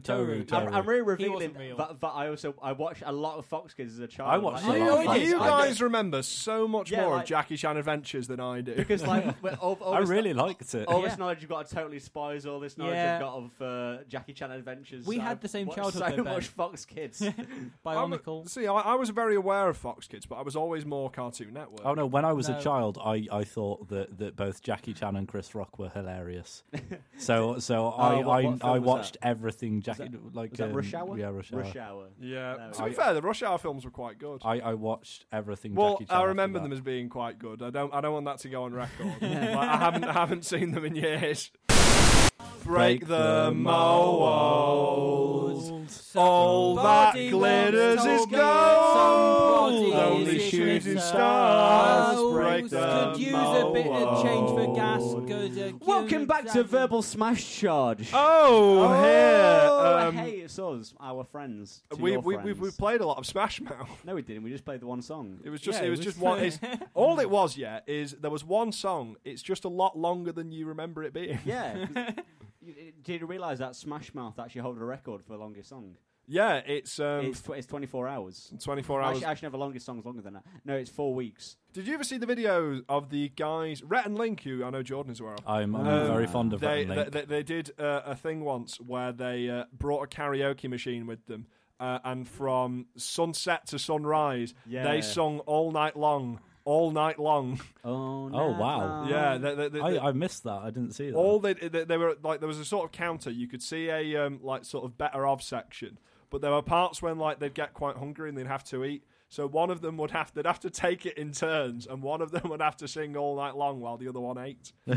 F: Toru,
E: Toru.
F: Toru.
D: I'm, I'm really revealing
E: wasn't real.
D: that, that I also I watched a lot of Fox Kids as a child.
F: I watched
D: like,
F: a
E: lot of
C: You,
E: Fox Kids.
C: you
E: I
C: guys remember so much
D: Yeah,
C: more
D: like-
C: of Jackie Chan Adventures than I do.
D: because like we're- all, all
F: I
D: this-
F: really liked it.
D: all
E: Yeah.
D: this knowledge you've got of totally spies, all this knowledge
E: Yeah.
D: you've got of uh, Jackie Chan adventures.
E: We
D: I've
E: had the same
D: watched
E: childhood
D: So
E: though, Ben.
D: much Fox Kids.
E: Bionicle.
C: I'm- See, I, I was very aware of Fox Kids, but I was always more Cartoon Network.
F: Oh no! When I was
E: No.
F: a child, I, I thought that, that both Jackie Chan and Chris Rock were hilarious. So so I
D: what- what
F: I, I
D: film was
F: watched
D: that?
F: everything Jackie like
D: Was that
F: um,
D: Rush Hour?
F: Yeah, Rush Hour.
D: Rush Hour.
C: Yeah.
D: No,
C: To be
F: I-
C: fair, the Rush Hour films were quite good.
F: I, I watched everything.
C: well,
F: Jackie Chan
C: I
F: after
C: remember
F: that.
C: them as being quite good. I don't. I don't want that to go on record. Like, I haven't. I haven't seen them in years. Break,
F: Break
C: the
F: the
C: mold. All that
E: Somebody
C: glitters
E: once
C: is
E: told me that
C: gold.
E: somebody
C: Only
E: is a
C: shooting
E: glitter.
C: stars
E: Oh,
C: break the
E: Could use a bit of change for gas.
C: mold.
E: Could, uh,
D: Welcome back to
E: could-
D: Verbal Smash Charge.
C: Oh,
D: Oh,
C: here. um,
D: hey, it's us, our friends. to
C: we
D: your
C: we we
D: friends.
C: we played a lot of Smash Mouth.
D: No, we didn't. We just played the one song.
C: It was just
E: Yeah,
C: it
E: it
C: was,
E: was
C: just one. It's, all it was, yeah, is there was one song. It's just a lot longer than you remember it being.
D: Yeah. 'cause you- you- Did you realise that Smash Mouth actually hold a record for the longest song?
C: Yeah, it's um,
D: It's, tw- it's 24 hours.
C: 24 hours.
D: Actually, actually, no, the longest song's longer than that. No, it's four weeks.
C: Did you ever see the videos of the guys, Rhett and Link, who I know Jordan is aware of?
F: I'm, I'm
C: Um,
F: very fond of
C: They,
F: that.
C: they, they, they did uh, a thing once where they uh, brought a karaoke machine with them. Uh, and from sunset to sunrise,
D: Yeah.
C: they sung all night long, all night long.
D: Oh,
F: wow.
D: no.
C: yeah, they, they, they,
F: I, I missed that. I didn't see that.
C: all they, they they were like there was a sort of counter you could see a um, like sort of better of section but there were parts when like they'd get quite hungry and they'd have to eat so one of them would have they'd have to take it in turns and one of them would have to sing all night long while the other one ate it,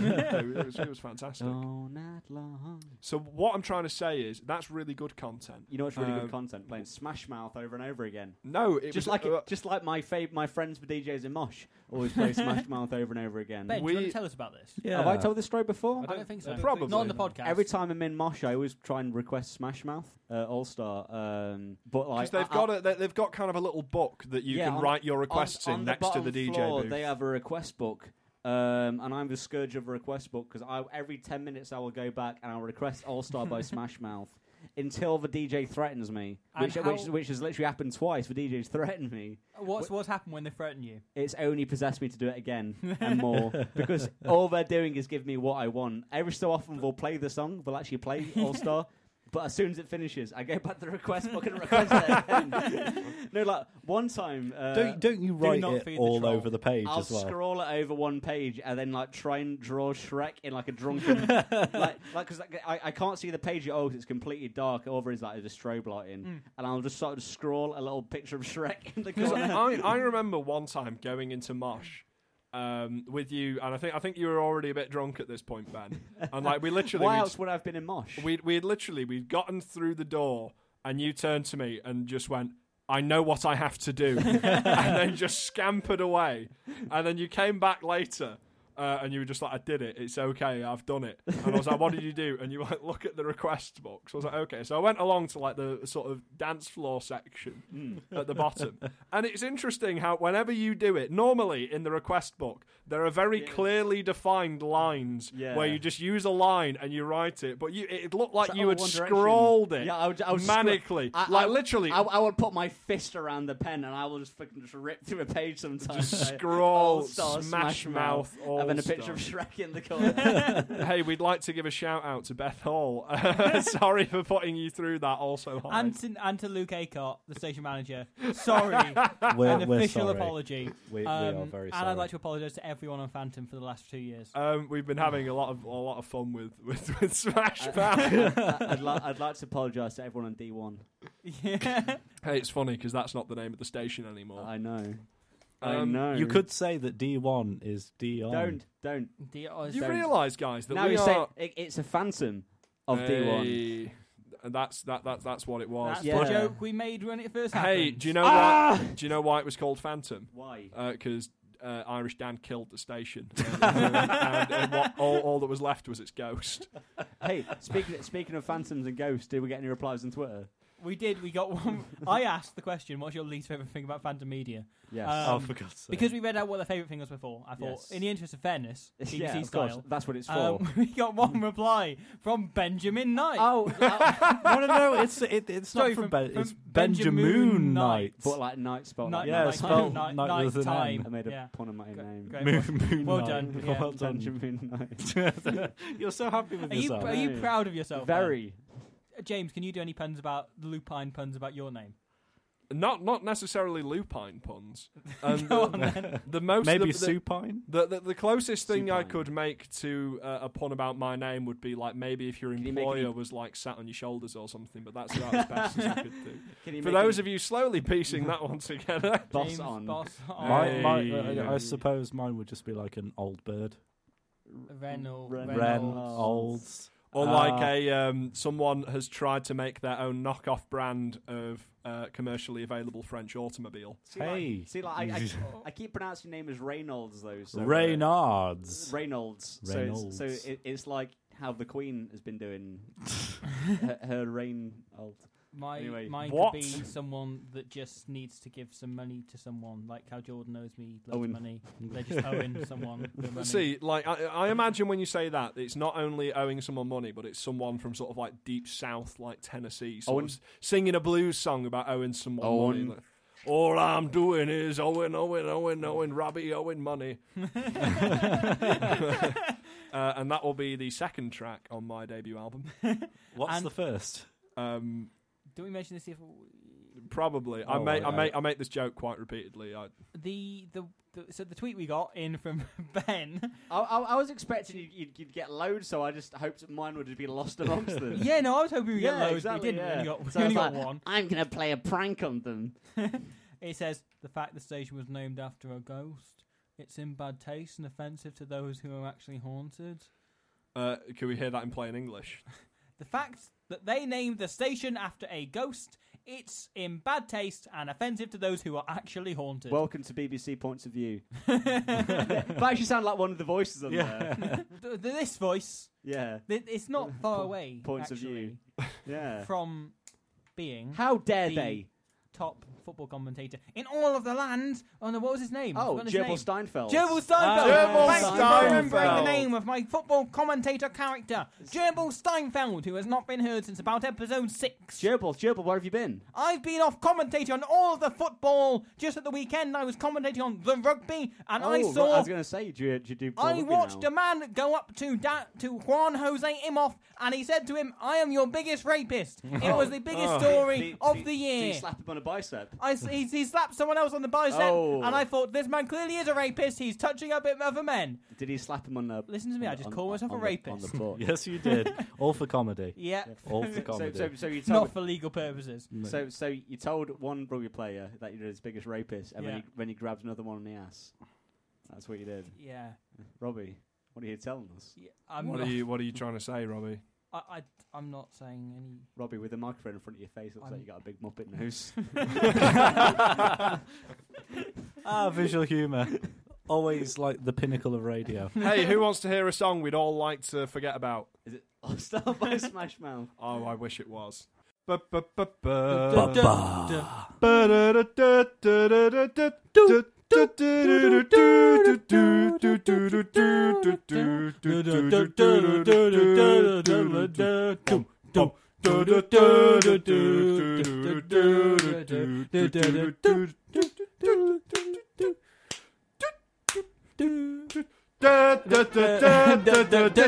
C: was, it was fantastic
D: All night long.
C: so what i'm trying to say is that's really good content
D: You know what's really
C: Um,
D: good content? Playing Smash Mouth over and over again.
C: no it was
D: Just like
C: uh,
D: it, just like my fav- my friends, the DJs in Mosh, always play Smash Mouth over and over again.
E: Ben, do you want
C: We-
E: to tell us about this?
F: yeah.
D: Have I told this story before?
E: I don't think so.
C: Probably.
E: Not on the podcast.
D: Every time I'm in Mosh, I always try and request Smash Mouth uh, All Star. Um, but like,
C: because they've
D: I-
C: got a, they- they've got kind of a little book that you
D: Yeah,
C: can
D: on-
C: write your
D: on-
C: requests
D: on
C: in next to
D: bottom
C: the DJ
D: floor,
C: booth.
D: They have a request book, um, and I'm the scourge of a request book because I every ten minutes I will go back and I'll request All Star by Smash Mouth until the DJ threatens me,
E: And
D: which,
E: how-
D: which which has literally happened twice. The DJ's threatened me.
E: What's, what's happened when they threaten you?
D: It's only possessed me to do it again and more because all they're doing is give me what I want. Every so often they'll play the song, they'll actually play All Star. But as soon as it finishes, I go back to the request book and request it again. no, like one time. Uh,
F: don't don't you write
E: not
F: it
E: feed the
F: all
E: troll.
F: over the page
D: I'll
F: as well?
D: scroll it over one page and then like try and draw Shrek in like a drunken like like because I, I can't see the page at all 'cause it's completely dark. Over is like a strobe lighting, and I'll just sort of scroll a little picture of Shrek in the
C: Because
D: corner.
C: I, I remember one time going into Mosh um, with you, and I think I think you were already a bit drunk at this point, Ben. And like we literally,
D: Why
C: we'd-
D: else would I have been in Mosh?
C: we'd, we'd literally we'd gotten through the door, and you turned to me and just went. I know what I have to do, and then just scampered away. And then you came back later, uh, and you were just like, "I did it. It's okay. I've done it." And I was like, "What did you do?" And you were like, "Look at the request box." I was like, "Okay." So I went along to like the sort of dance floor section, at the bottom. and it's interesting how whenever you do it, normally in the request book, there are very clearly defined lines
D: Yeah.
C: where you just use a line and you write it. But you, it looked like
D: It's
C: you
D: all
C: had
D: One Direction.
C: scrolled it
D: Yeah, I would, I would scroll-
C: manically,
D: I- I
C: like
D: would-
C: literally.
D: I, I would put my fist around the pen and I will just fucking just rip through a page sometimes.
C: Just
D: Like,
C: scroll,
D: All-Star,
C: Smash Mouth,
D: and then a picture of
C: All-Star.
D: Shrek in the corner.
C: hey, we'd like to give a shout out to Beth Hall. Sorry for putting you through that. Also, hard.
E: And to, and to Luke Acott, the station manager. Sorry.
F: We're,
E: an
F: we're
E: official
F: sorry.
E: apology.
F: We- we
E: Um,
F: are very
E: And I'd
F: sorry.
E: like to apologise to everyone on Phantom for the last two years.
C: um, we've been having a lot of a lot of fun with with, with Smash Mouth.
D: I'd, li- I'd like to apologise to everyone on D1.
E: yeah.
C: Hey, it's funny because that's not the name of the station anymore.
D: I know. I
C: Oh. Um,
D: know.
F: You could say that D1 is D1.
D: Don't, don't.
C: you
D: don't-
C: realise, guys, that
D: now
C: we
D: you
C: are
D: say it, it's a phantom of D1.
C: Hey, and that's that, that that's what it was.
E: That's
D: Yeah.
E: the joke we made when it first happened.
C: Hey, do you know why? Do you know why it was called Phantom?
D: Why?
C: Because uh, Irish Dan killed the station, and, uh, and what, all, all that was left was its ghost.
D: hey, speaking speaking of phantoms and ghosts, did we get any replies on Twitter?
E: We did. We got one. I asked the question, "What's your least favorite thing about Phantom Media?"
D: Yes.
E: Um,
F: oh, for God's sake.
E: Because we read out what their favorite thing was before. I thought,
D: Yes.
E: in the interest of fairness, BBC
D: yeah, of course.
E: style,
D: That's what it's for.
E: um, we got one reply from Benjamin Knight.
D: oh, uh,
F: no, no, no. It's it, it's
E: Sorry,
F: not from,
E: from-
F: Ben.
E: from
F: it's
E: Benjamin
F: Benjamin
E: Knight.
F: Knight.
D: but like night spot.
E: Night,
D: like
F: Yeah,
E: night,
D: night.
F: spelled
E: night,
F: night with an
E: time.
F: N.
D: I made a
E: yeah.
D: pun on my own
E: Great-
D: name.
E: great one.
F: Moon, moon
E: Well
F: Knight.
E: done, yeah.
F: Well done.
D: Benjamin Knight.
F: You're so happy with
E: Are you,
F: yourself.
E: are you
D: Yeah.
E: proud of yourself?
D: Very.
E: Ben? Uh, James, can you do any puns about the lupine puns about your name?
C: Not not necessarily lupine puns. Um, The most
F: Maybe
C: the, the-
F: supine.
C: The, the, the closest thing I
D: Supine.
C: could make to uh, a pun about my name would be like maybe if your
D: you make e-
C: employer
D: any-
C: was like sat on your shoulders or something, but that's about as best as I could do.
D: Can you
C: For
D: make
C: those
D: it
C: of you slowly piecing that one together,
D: boss
E: James
D: on?
E: Boss on.
F: My, my,
C: Hey.
F: uh, I suppose mine would just be like an old bird.
E: Renal.
D: Ren-
F: Ren,
E: Reynolds.
F: olds.
C: or
F: Uh,
C: like
D: Ah.
C: a um, someone has tried to make their own knockoff brand of uh, commercially available French automobile.
D: See, like-
F: Hey.
D: see, like I, I, I keep pronouncing your name as Reynolds though. So, uh,
F: Reynards.
D: Reynolds. So, it's, so
F: Reynolds.
D: it, it's like how the Queen has been doing her, her Oh, Reynolds.
E: My
D: Anyway,
E: mine
C: what?
E: could be someone that just needs to give some money to someone, like how Jordan owes me loads
D: Owen.
E: of money. They're just owing someone. the money.
C: See, like I, I imagine when you say that, it's not only owing someone money, but it's someone from sort of like deep south, like Tennessee, sort
D: Owen.
C: of s- singing a blues song about owing someone money.
D: Owen.
C: like, All I'm doing is owing, owing, owing, owing, Robbie owing money. uh, and that will be the second track on my debut album.
F: What's
E: and-
F: the first?
C: Um,
E: Don't we mention this? If
C: probably, I
F: Oh,
C: make, I
F: okay.
C: make, I make this joke quite repeatedly. I,
E: the, the the so the tweet we got in from Ben.
D: I, I, I was expecting you'd, you'd, you'd get loads, so I just hoped mine would have been lost amongst them.
E: yeah, no, I was hoping we get
D: Yeah,
E: loads,
D: exactly,
E: but we didn't.
D: yeah.
E: We only got, we
D: So I
E: only
D: was
E: got
D: like,
E: one.
D: I'm gonna play a prank on them.
E: It says the fact the station was named after a ghost. It's in bad taste and offensive to those who are actually haunted.
C: uh, can we hear that in plain English?
E: The fact that they named the station after a ghost, it's in bad taste and offensive to those who are actually haunted.
D: Welcome to BBC Points of View. that actually sound like one of the voices on there.
E: Th- th- this voice,
D: Yeah,
E: th- it's not far
D: Po-
E: away
D: points of
E: actually,
D: yeah.
E: from being
D: How dare
E: The-
D: they?
E: top football commentator in all of the land. Oh no, what was his name? I've
D: Oh,
E: forgotten his
D: Gerbil
E: name.
D: Steinfeld.
E: Gerbil Steinfeld.
C: Gerbil
E: Thank you for remembering the
C: Steinfeld.
E: name of my football commentator character, Gerbil Steinfeld, who has not been heard since about episode six.
D: Gerbil, Gerbil, where have you been?
E: I've been off commentating on all of the football. Just at the weekend, I was commentating on the rugby, and I
D: Oh,
E: saw.
D: I was going to say, do you, do you do?
E: I
D: rugby
E: watched
D: now?
E: a man go up to da- to Juan Jose Imhoff, and he said to him, "I am your biggest rapist." It was
D: Oh.
E: the biggest story
D: Did-
E: of
D: did-
E: the
D: did
E: year.
D: you slap him on a bicep?
E: I s he, he slapped someone else on the bicep,
D: Oh.
E: and I thought this man clearly is a rapist. He's touching up other men.
D: Did he slap him on the?
E: Listen to me,
D: on
E: I
D: the-
E: just
D: on-
E: call
D: on-
E: myself a
D: on the- on the
E: rapist.
D: butt?
F: Yes, you did. All for comedy.
E: yeah,
F: All for
D: So,
F: comedy.
D: so, so you told
E: not for legal purposes.
D: so, so you told one rugby player that you're his biggest rapist, and
E: Yeah.
D: when, he, when he grabs another one on the ass, that's what you did,
E: Yeah,
D: Robbie. What are you telling us,
E: yeah I'm
C: what
E: not,
C: are you, what are you trying to say, Robbie?
E: I, I, I'm not saying any.
D: Robbie? With a microphone in front of your face, looks
E: I'm-
D: like you got a big muppet nose.
F: ah, visual humour. Always like the pinnacle of radio.
C: hey, who wants to hear a song we'd all like to forget about?
D: Is it? Oh, start by Smash Mouth.
C: Oh, I wish it was. Uh,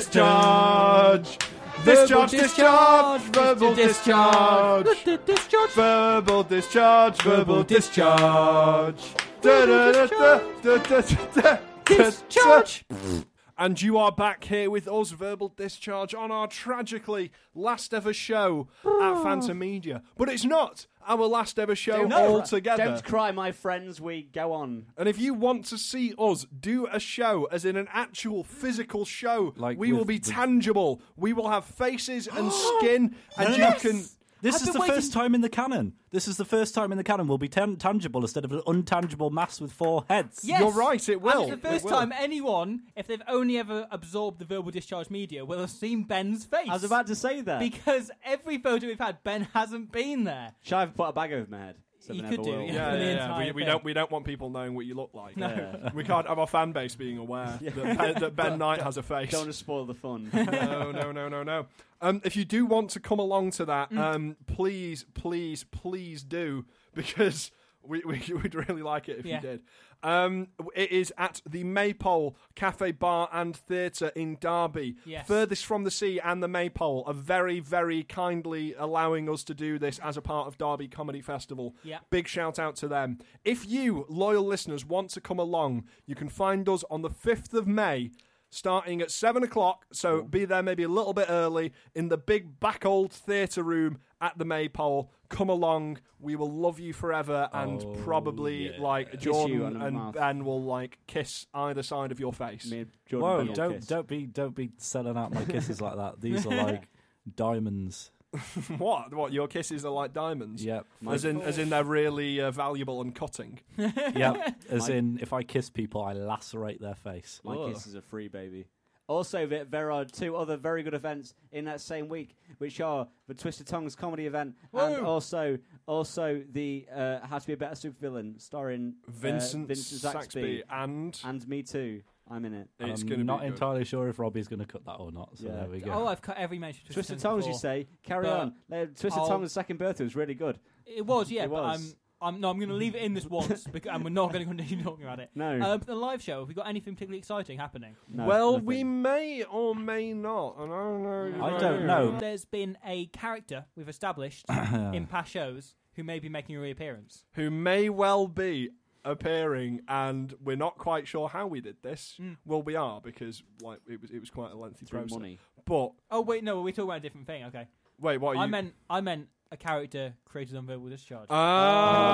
C: Discharge! Discharge, discharge, verbal discharge.
E: discharge.
C: Verbal discharge, verbal discharge. Da, da, da, da, da, da, da, da,
E: Discharge.
C: And you are back here with us, Verbal Discharge, on our tragically last ever show at Phantom Media. But it's not our last ever show altogether.
D: Don't cry, my friends. We go on.
C: And if you want to see us do a show, as in an actual physical show,
F: Like
C: we will
F: with
C: be
F: the-
C: tangible. We will have faces and skin, and
F: no,
C: you
F: no.
C: can.
F: This
E: I've
F: is
E: been
F: the first time in the canon. This is the first time in the canon we'll be tan- tangible instead of an untangible mass with four heads.
E: Yes.
C: You're right, it will.
E: And it's
C: It
E: the first
C: will.
E: time anyone, if they've only ever absorbed the verbal discharge media, will have seen Ben's face.
D: I was about to say that.
E: because every photo we've had, Ben hasn't been there.
D: Should I have put a bag over my head? So
E: You
D: they
E: could
D: never
E: do,
D: will.
E: yeah.
C: Yeah,
E: for the
C: yeah, yeah.
E: entire
C: We, we
E: thing.
C: don't we don't want people knowing what you look like.
D: Yeah.
C: We can't have our fan base being aware that, Ben, that Ben Knight has a face.
D: Don't want to spoil the fun.
C: no, no, no, no, no. Um, if you do
E: Mm.
C: want to come along to that, um, please, please, please do because We, we would really like it if
E: Yeah.
C: you did. Um, it is at the Maypole Cafe Bar and Theatre in Derby.
E: Yes.
C: Furthest from the sea and the Maypole are very, very kindly allowing us to do this as a part of Derby Comedy Festival.
E: Yeah.
C: Big shout out to them. If you, loyal listeners, want to come along, you can find us on the 5th of May. Starting at seven o'clock, so be there maybe a little bit early in the big back old theatre room at the Maypole. Come along, we will love you forever, and
F: Oh,
C: probably
F: yeah.
C: like
D: you
C: Jordan
D: on the
C: and
D: mouth.
C: Ben will like kiss either side of your face.
D: Me and Jordan
F: Whoa!
D: Ben will
F: Don't
D: kiss.
F: don't be don't be selling out my kisses like that. These are like diamonds.
C: What? What? Your kisses are like diamonds.
F: Yep.
C: As in, as in, they're really uh, valuable and cutting.
F: Uh, Yep. As in, if I kiss people, I lacerate their face.
D: My kisses are free, baby. Also, th- there are two other very good events in that same week, which are the Twisted Tongues comedy event and
E: Woo!
D: also also the uh, How to Be a Better Supervillain, starring uh,
C: Vincent,
D: Vincent
C: Saxby,
D: Zaxby.
C: and
D: And me too. I'm in it.
C: it's
F: I'm
C: going to be
F: not
C: good.
F: entirely sure if Robbie's going to cut that or not. So
D: Yeah.
F: there we go.
E: Oh, I've cut every mention. of
D: Twisted
E: Twisted
D: Tongues, you
E: before.
D: say? Carry
E: But
D: on. Uh, Twisted
E: I'll-
D: Tongues' second birthday was really good.
E: It was, yeah.
D: It
E: but
D: was.
E: I'm, I'm no, I'm going to leave it in this once, because, and we're not going to continue talking about it.
D: No.
E: Uh, but the live show. Have we got anything particularly exciting happening?
D: No,
C: well,
D: nothing.
C: we may or may not. And I don't know.
F: I don't know.
E: There's been a character we've established in past shows who may be making a reappearance.
C: Who may well be appearing, and we're not quite sure how we did this.
E: Hmm.
C: Well, we are because like it was it was quite a lengthy
D: Through
C: process.
D: money.
C: But
E: Oh wait, no, we're talking about a different thing. Okay,
C: wait, what? Are
E: I
C: you...
E: meant I meant a character created on verbal discharge.
C: Oh,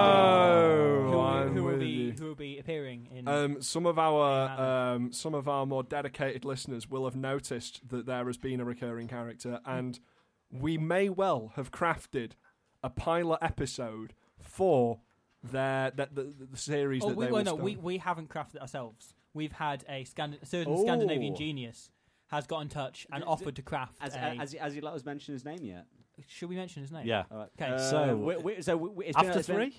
E: who, will-
C: I'm
E: who will
C: with
E: be
C: you.
E: who will be appearing in?
C: Um, some of our um, some of our more dedicated listeners will have noticed that there has been a recurring character,
E: Mm.
C: and we may well have crafted a pilot episode for their that the, the, the series
E: oh,
C: that
E: we,
C: they
E: well,
C: will
E: no,
C: star-
E: we, we haven't crafted it ourselves. We've had a, Scan- a certain
D: Oh.
E: Scandinavian genius has got in touch and
D: D- d-
E: offered to craft.
D: As,
E: a,
D: as, as you let us mention his name yet?
E: should we mention his name?
F: yeah.
D: All right.
E: 'Kay.
D: Uh,
F: So-
D: we, we, so we, we- it's been,
F: After
D: it's been-
F: three?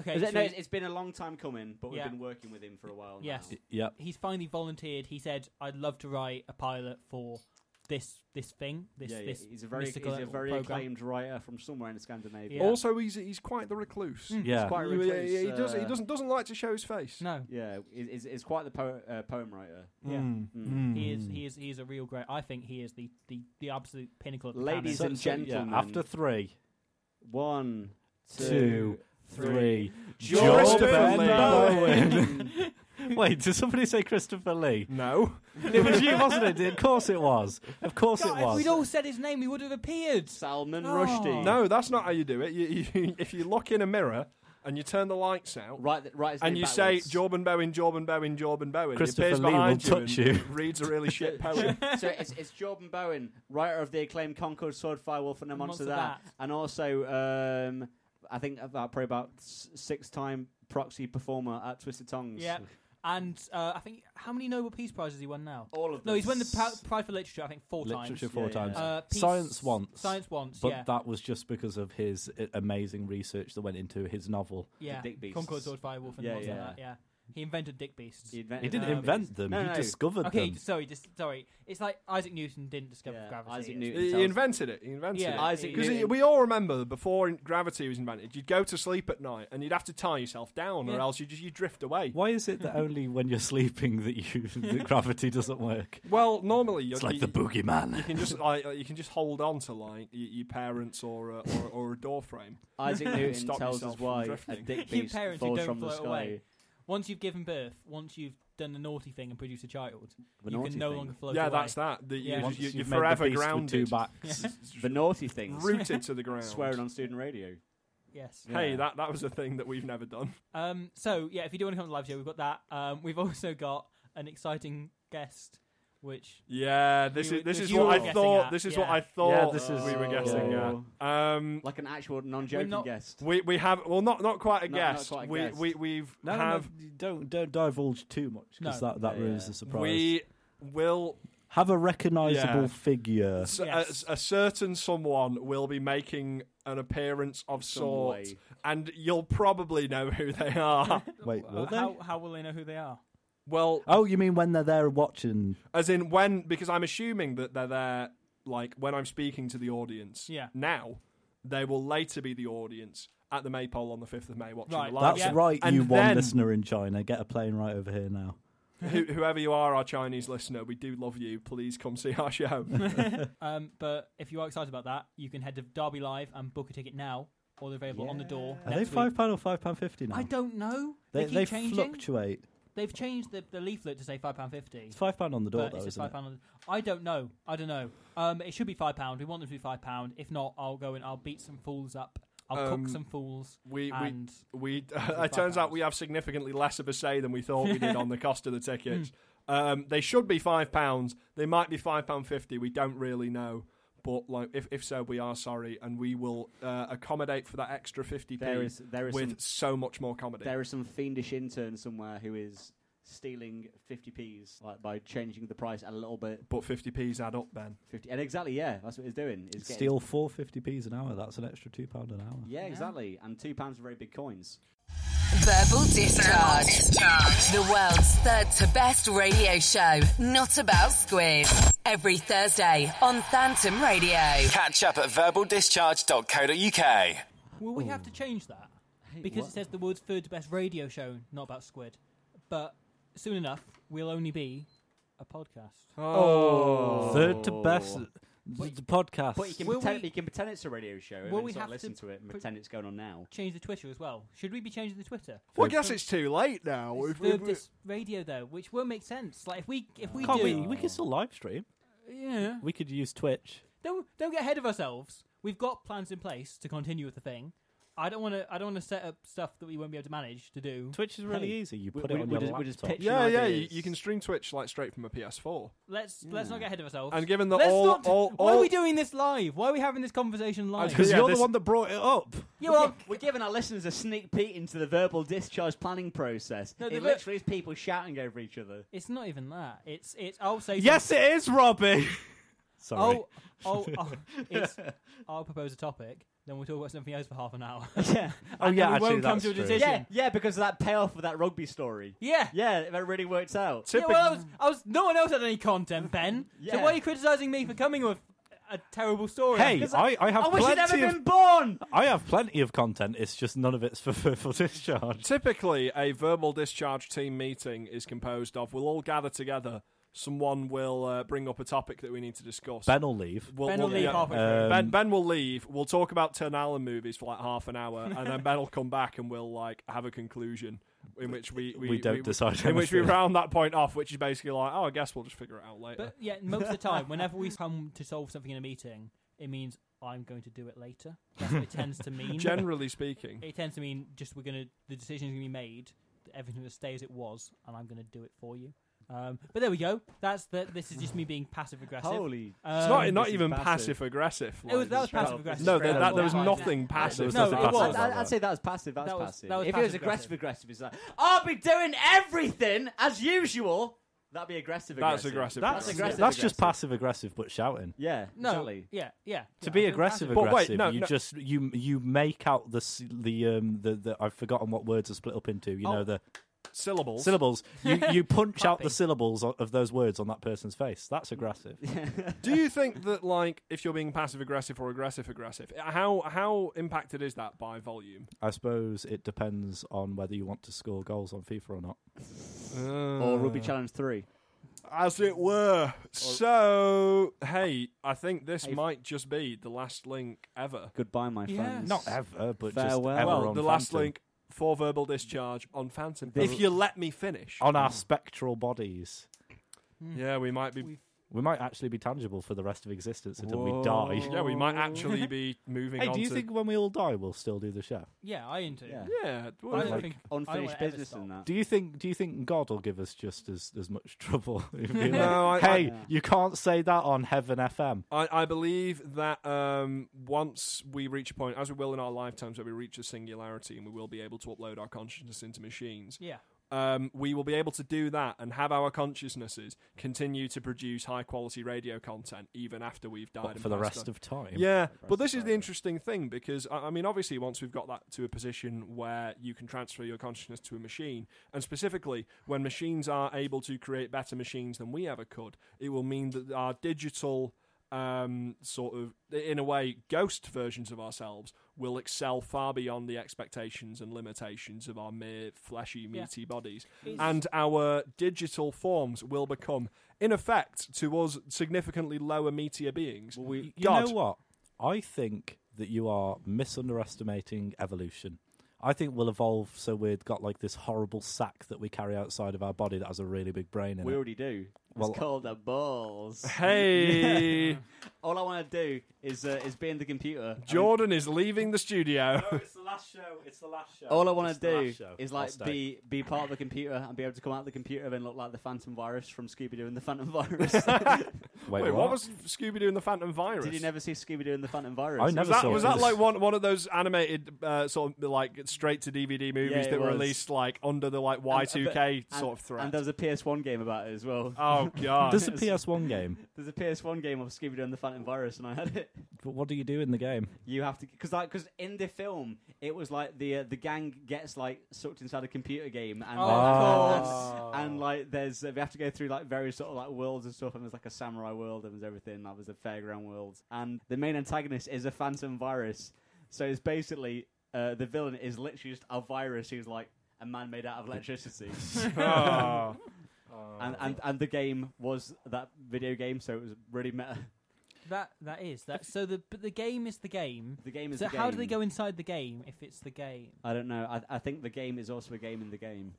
E: Okay.
D: Is it-
E: should
D: no,
E: we-
D: it's it's been a long time coming, but
E: Yeah.
D: we've been working with him for a while.
E: Yes.
D: now.
F: Yep.
E: he's finally volunteered. He said, "I'd love to write a pilot for this this thing. This
D: yeah, yeah.
E: this
D: he's a very, he's
E: mystical
D: a very
E: program."
D: acclaimed writer from somewhere in Scandinavia.
E: Yeah. Mm.
C: Also, he's he's quite the recluse. Quite
F: Yeah.
D: Quite
C: a recluse.
D: recluse,
C: he, does he
D: uh,
C: doesn't doesn't like to show his face.
E: No,
D: Yeah, is is, is quite the po- uh, poem writer.
E: yeah.
F: Hmm.
D: Mm.
E: He is he is he is a real great. I think he is the the, the absolute pinnacle of the
D: Ladies
E: canon.
D: and gentlemen.
F: after three,
D: One,
F: two,
D: two,
F: three.
C: Christopher
F: Jordan
C: Lee.
F: Bowen. Wait, did somebody say Christopher Lee?
C: No.
F: It was you, wasn't it? Of course it was. Of course it
E: God, if
F: was.
E: we'd all said his name, he would have appeared.
D: Salman
E: Oh.
D: Rushdie.
C: No, that's not how you do it. You, you, if you look in a mirror and you turn the lights out,
D: right, th- right.
C: and you say Jordan Bowen, Jordan Bowen, Jordan Bowen. He
F: Christopher
C: appears
F: Lee will
C: behind you
F: touch
C: and
F: you.
C: Reads a really shit poem.
D: so it's, it's Jordan Bowen, writer of the acclaimed Concord Sword Firewolf and the Monster, that. and also um, I think about probably about s- six-time proxy performer at Twisted Tongues.
E: Yeah. And uh, I think how many Nobel Peace prizes he won now?
D: all of them.
E: No, he's won the Pr- Prize for Literature. I think four
F: Literature
E: times.
F: four
D: Yeah, yeah.
F: times.
E: Uh, peace-
F: Science once.
E: Science once.
F: But
E: yeah.
F: that was just because of his uh, amazing research that went into his novel.
E: yeah.
D: dick beasts.
E: Concord Sword Firewolf and
D: Yeah,
E: lots like
D: yeah.
E: that. Yeah. He invented dick beasts.
D: He, invented um,
F: He didn't
E: no,
D: them.
F: invent them,
D: No,
F: he
D: no.
F: discovered
E: Okay,
F: them.
E: sorry, just sorry. It's like Isaac Newton didn't discover
D: Yeah,
E: gravity.
D: Isaac
E: It's-
D: Newton.
C: he
D: tells-
C: invented it. He invented
E: Yeah,
C: it.
D: Isaac
E: he-
C: Because
D: Newton.
C: we all remember before gravity was invented, you'd go to sleep at night and you'd have to tie yourself down, or
E: Yeah.
C: else you just you drift away.
F: Why is it that only when you're sleeping that you that gravity doesn't work?
C: Well, normally you
F: It's like
C: you,
F: the
C: you
F: boogeyman.
C: can just like, uh, you can just hold on to like y- your parents or a, or, or a door frame.
D: Isaac Newton
C: Stop
D: tells
C: yourself
D: us
C: from
D: why a
C: drifting.
D: dick
E: Your
D: beast
E: parents who
D: falls
E: don't
D: from the
E: float
D: sky.
E: away. Once you've given birth, once you've done the naughty thing and produced a child,
D: The
E: you
D: naughty
E: can no
D: thing.
E: longer float
C: yeah,
E: away.
C: that's that. The, you,
E: Yeah.
C: you-
E: Once
C: you,
F: You've
C: you're
F: made the
C: forever
F: beast with
C: grounded,
F: two backs.
D: The naughty things.
C: rooted to the ground.
D: Swearing on student radio.
E: Yes.
C: Hey,
D: Yeah.
C: that, that was a thing that we've never done.
E: Um, so yeah, if you do want to come to the live show, we've got that. Um, we've also got an exciting guest, which
C: Yeah, this
E: You-
C: is this
E: you
C: is
E: were
C: what I
E: guessing
C: thought.
E: at,
C: This is what
E: yeah.
C: I thought
F: Yeah, this is-
C: we were guessing
D: Oh.
C: at. Um,
D: Like an actual non-joking
E: not-
D: guest.
C: We we have well not not quite a
D: Not- not
C: guest.
D: quite a
C: we
D: guest.
C: we we've
F: No, no,
C: have
F: no, don't don't divulge too much because
E: No.
F: that, that
D: Yeah,
F: ruins
D: yeah.
F: the surprise.
C: we will
F: Have a recognizable
C: Yeah.
F: figure.
C: s- a-
E: Yes.
C: a, certain someone will be making an appearance of
D: Some
C: sort,
D: way.
C: and you'll probably know who they are.
F: Wait, will
E: uh,
F: they?
E: how how will they know who they are?
C: well,
F: Oh, you mean when they're there watching?
C: as in when because I'm assuming that they're there like when I'm speaking to the audience.
E: Yeah.
C: Now they will later be the audience. at the Maypole on the 5th of May watching
E: Right,
C: the live.
F: That's
E: Yeah.
F: right,
C: Oh, And
F: you one
C: then-
F: listener in China. Get a plane right over here now.
C: Who, whoever you are, our Chinese listener, we do love you. Please come see our show.
E: Um, but if you are excited about that, you can head to Derby Live and book a ticket now. All available on the door.
F: Are they
E: next
F: five
E: week.
F: pound or five pound fifty now?
E: I don't know.
F: They,
E: They,
F: they
E: keep changing.
F: fluctuate.
E: They've changed the, the leaflet to say five pound fifty.
F: It's five pound on the door
E: But
F: though,
E: it's
F: isn't
E: five
F: it?
E: pound. on the- I don't know. I don't know. Um, it should be five pound. We want them to be five pound. If not, I'll go and I'll beat some fools up. I'll
C: Um,
E: cook some fools.
C: We, we
E: and
C: We uh,
E: five
C: it turns out
E: pounds.
C: we have significantly less of a say than we thought we did on the cost of the tickets.
D: Hmm.
C: um, they should be five pounds. They might be five pound fifty. We don't really know. But like, if, if so, we are sorry, and we will uh, accommodate for that extra fifty p
D: There is there is
C: with
D: some,
C: so much more comedy.
D: there is some fiendish intern somewhere who is stealing 50p's like by changing the price a little bit.
C: but fifty p's add up, Ben.
D: 50 and exactly yeah, that's what it's doing. It's getting-
F: Steal four fifty p's an hour. That's an extra two pound an hour.
D: Yeah, exactly. And two pounds for very big coins.
A: Verbal Discharge. The world's third to best radio show, not about squids. Every Thursday on Phantom Radio.
G: Catch up at verbaldischarge.co.uk.
E: will we
F: oh.
E: have to change that because it
D: what?
E: says the world's third best radio show, not about squid. But soon enough, we'll only be a podcast.
D: Oh.
F: Third to best the podcast.
D: But you can,
E: Will
D: pretend,
E: we-
D: you can pretend it's a radio show and
E: Will
D: then
E: we
D: sort of
E: have to
D: listen to, it and
E: put-
D: pretend it's going on now.
E: Change the Twitter as well. Should we be changing the Twitter?
C: Well, I guess it's too late now.
E: It's
C: If we-
E: Verb
C: we-
E: Dis radio though, which won't make sense. Like if we if we
F: Can't
E: do,
F: we? We can still live stream.
E: yeah.
F: We could use Twitch.
E: Don't don't get ahead of ourselves. We've got plans in place to continue with the thing. I don't want to. I don't want to set up stuff that we won't be able to manage to do.
F: Twitch is really easy. You
D: we-
F: put
D: we-
F: it on
D: we
F: your
D: just-
F: laptop.
D: we just pitch-
C: yeah, yeah. You,
D: ideas.
C: you can stream Twitch like straight from a PS4.
E: Let's let's not get ahead of ourselves.
C: And given that
E: Let's
C: all-
E: not-
C: all-
E: why are we
C: all-
E: doing this live? Why are we having this conversation live?
C: just-
F: because
C: Yeah,
F: you're
C: this-
F: the one that brought it up.
E: You are-
D: We're giving our listeners a sneak peek into the verbal discharge planning process.
E: No, the
D: it
E: ver-
D: literally is people shouting over each other.
E: It's not even that. It's it's. I'll say
F: Yes, it is, Robbie. Sorry.
E: something. Oh, oh, oh, it's, I'll propose a topic. Then we'll talk about something else for half an hour.
D: Yeah,
F: Oh,
E: and
F: yeah,
E: we
F: actually,
E: won't come
F: that's
E: to a
F: true.
E: decision.
D: yeah, yeah. Because of that payoff of that rugby story.
E: Yeah.
D: Yeah, that really worked out.
E: Yeah, well, I was, I was. No one else had any content, Ben. So
D: Yeah.
E: why are you criticising me for coming with a terrible story?
F: Hey, I, I have
D: I wish you'd
F: plenty
D: never
F: of
D: been born.
F: I have plenty of content. It's just none of it's for verbal discharge.
C: Typically, a verbal discharge team meeting is composed of we'll all gather together. Someone will uh, bring up a topic that we need to discuss.
F: Ben will leave.
C: We'll-
E: Ben will
C: we'll-
E: leave
C: yeah.
E: halfway through.
F: Um,
C: ben, ben will leave. We'll talk about Turn Allen movies for like half an hour, and then Ben will come back and we'll like have a conclusion in which we we,
F: We don't decide
C: in which we
F: anything.
C: round that point off, which is basically like oh I guess we'll just figure it out later.
E: But yeah, most of the time, whenever we come to solve something in a meeting, it means I'm going to do it later. That's what it tends to mean.
C: Generally speaking,
E: it tends to mean just we're gonna the decision's gonna be made, that everything will stay as it was, and I'm gonna do it for you. Um, but there we go. That's the. This is just me being passive aggressive.
D: Holy.
E: Um,
C: it's not not
D: this is
C: even
D: passive.
C: passive aggressive.
E: It was that was
D: straight
E: passive
D: up.
E: aggressive.
C: no,
D: straight
C: there,
D: up
C: that, there was
D: Yeah.
C: nothing passive.
F: There was
E: No,
F: nothing
E: it
F: passive
E: was.
F: about
D: I'd, I'd say that was passive. That,
E: That
D: was
E: was-
D: passive.
E: that was
D: if it was
E: passive
D: aggressive, aggressive, it's like I'll be doing everything as usual. That'd be aggressive.
C: That's
D: aggressive.
C: aggressive.
D: That's
C: aggressive.
D: aggressive.
F: That's just passive aggressive, but shouting.
D: Yeah,
E: No.
D: exactly.
E: Yeah. Yeah.
F: To be aggressive,
C: But wait,
F: aggressive,
C: no,
F: you
C: no.
F: just you you make out the s- the um the, the I've forgotten what words are split up into.
C: Oh,
F: You know the
C: Syllables.
F: syllables. You you punch out the
E: Clapping.
F: syllables o- of those words on that person's face. That's aggressive.
C: Do you think that like if you're being passive aggressive or aggressive aggressive, how how impacted is that by volume?
F: I suppose it depends on whether you want to score goals on FIFA or not.
E: Uh,
D: Or Rugby Challenge Three.
C: As it were. so hey, I think this
D: Hey.
C: might just be the last link ever.
D: Goodbye, my
E: Yeah.
D: friends.
F: Not ever, but
D: Farewell.
F: just ever
C: well,
F: on
C: the last
F: Phantom.
C: link for verbal discharge on Phantom.
D: This-
C: if you let me finish,
F: on our spectral bodies.
C: yeah, we might be.
F: We might actually be tangible for the rest of existence until we die.
C: Yeah, we might actually be moving
F: Hey,
C: on.
F: do you
C: to,
F: think when we all die, we'll still do the show?
E: Yeah, I into.
D: Yeah.
C: Yeah, well,
E: I don't
F: Like,
E: think
D: unfinished
E: I don't wanna ever
D: business
E: stop.
D: and that.
F: Do you think? Do you think God will give us just as, as much trouble? He'll be
C: No,
F: like,
C: I- I-
F: hey, you can't say that on Heaven FM.
C: I, I believe that um, once we reach a point, as we will in our lifetimes, where we reach a singularity and we will be able to upload our consciousness into machines,
E: Yeah.
C: um, we will be able to do that and have our consciousnesses continue to produce high quality radio content even after we've died.
F: But
C: and
F: for the
C: passed
F: rest
C: on.
F: of time,
C: Yeah, but this is the interesting thing because I I mean, obviously, once we've got that to a position where you can transfer your consciousness to a machine, and specifically when machines are able to create better machines than we ever could, it will mean that our digital um sort of in a way ghost versions of ourselves will excel far beyond the expectations and limitations of our mere fleshy, meaty bodies. And our digital forms will become, in effect, to us, significantly lower, meatier beings.
F: You
C: God.
F: know what? I think that you are misunderestimating evolution. I think we'll evolve so we've got like this horrible sack that we carry outside of our body that has a really big brain in
D: We
F: it.
D: already do.
F: Well-
D: it's called the balls.
C: Hey,
D: All I want to do is uh, is be in the computer. I mean,
C: Jordan is leaving the studio.
B: it's the last show. It's the last show.
D: all I want
F: It's
D: to
F: the
D: do
F: last show.
D: is
F: I'll
D: like
F: stay.
D: be be part of the computer and be able to come out of the computer and look like the Phantom Virus from Scooby Doo and the Phantom Virus.
F: Wait,
C: Wait, what was Scooby Doo and the Phantom Virus?
D: Did you never see Scooby Doo and the Phantom Virus?
F: I
D: It
F: never
C: was that,
F: saw
C: was
F: it.
C: that like one, one of those animated uh, sort of like straight to DVD movies
D: Yeah, it
C: that were
D: was.
C: released like under the like Y two K
D: and-
C: sort of threat?
D: And there was a PS1 game about it as well.
C: oh god!
F: There's a PS1 game,
D: There's a PS1 game of Scooby Doo and the Phantom Virus, and I had it.
F: but what do you do in the game?
D: You have to because like because in the film it was like the uh, the gang gets like sucked inside a computer game and
E: Oh,
D: and-
E: of
D: and, and, like there's uh, we have to go through like various sort of like worlds and stuff and there's like a samurai world and there's everything that was the fairground world and the main antagonist is a phantom virus so it's basically uh, the villain is literally just a virus who's like a man made out of electricity
C: Oh.
D: and, and and the game was that video game so it was really meta
E: That that is that. So the but the game is the game.
D: the game is
E: So
D: the
E: how do they
D: game.
E: go inside the game if it's the game?
D: I don't know I, I think the game is also a game in the game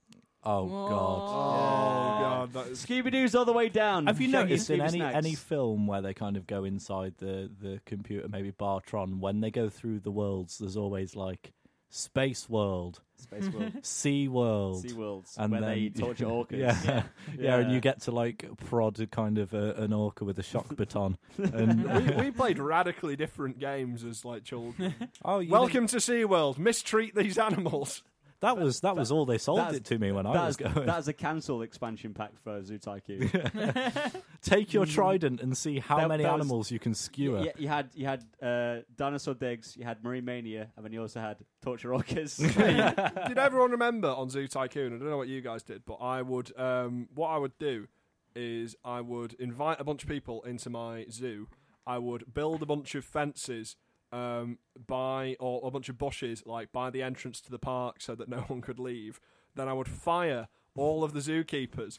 F: Oh god.
C: god! That is...
D: Scooby Doo's all the way down.
F: Have you
D: Show
F: noticed in
D: Scooby
F: any
D: snacks.
F: any film where they kind of go inside the the computer, maybe Bartron, when they go through the worlds, there's always like space world,
D: space world,
F: sea world,
D: sea worlds,
F: And
D: where they
F: then-
D: torture orcas?
F: Yeah. Yeah. and
D: Yeah.
F: you get to like prod a kind of a, an orca with a shock baton. And
C: we, we played radically different games as like children.
F: oh, you
C: Welcome to SeaWorld. Mistreat these animals.
F: didn't- That was that was all they sold
D: that's-
F: it to me when I was
D: That's
F: going.
D: that's a cancel expansion pack for Zootaiku. yeah,
F: Take your trident and see how
D: That-
F: many
D: that was-
F: animals you can skewer.
D: you had you had uh, dinosaur digs, you had Marie Mania, and then you also had torture orcas.
C: did everyone remember on Zoo Tycoon? I don't know what you guys did, but I would. Um, what I would do is I would invite a bunch of people into my zoo. I would build a bunch of fences um, by or a bunch of bushes like by the entrance to the park so that no one could leave. Then I would fire all of the zookeepers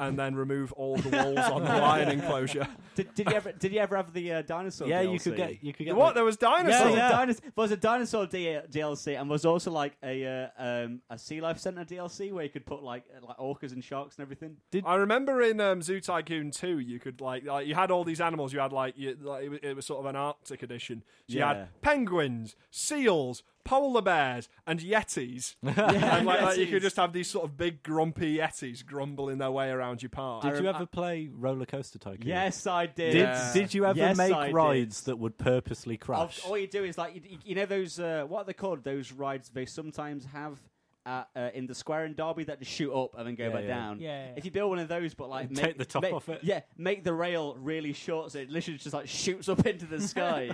C: and then remove all the walls on the lion enclosure.
D: did, did you ever did you ever have the uh, dinosaur?
F: yeah,
D: DLC?
F: you could get you could get
C: What?
F: like-
C: There was
D: There
C: dinosaurs.
D: was,
F: Yeah.
D: a dinos- there was a dinosaur D- DLC and was also like a uh, um, a sea life center DLC where you could put like uh, like orcas and sharks and everything.
C: I remember in um, Zoo Tycoon 2, you could like, like you had all these animals. You had like, you, like it, was, it was sort of an Arctic edition. So you
D: Yeah.
C: had penguins, seals, polar bears, and yetis. and like, like, you could just have these sort of big grumpy yetis grumbling their way around your park.
F: Did you ever play Roller Coaster Tycoon?
D: Yes, I did.
F: Did did you ever
D: Yes,
F: make
D: I did.
F: rides that would purposely
D: Of-
F: crash?
D: all you do is like you, you- you know those uh, what are they called? Those rides they sometimes have at, uh, in the square in Derby that just shoot up and then go
F: Yeah,
D: back
F: yeah.
D: down.
E: Yeah, yeah, yeah.
D: If you build one of those, but like
F: And
D: make,
F: take the top
D: make-
F: off it.
D: Yeah, make the rail really short so it literally just like shoots up into the sky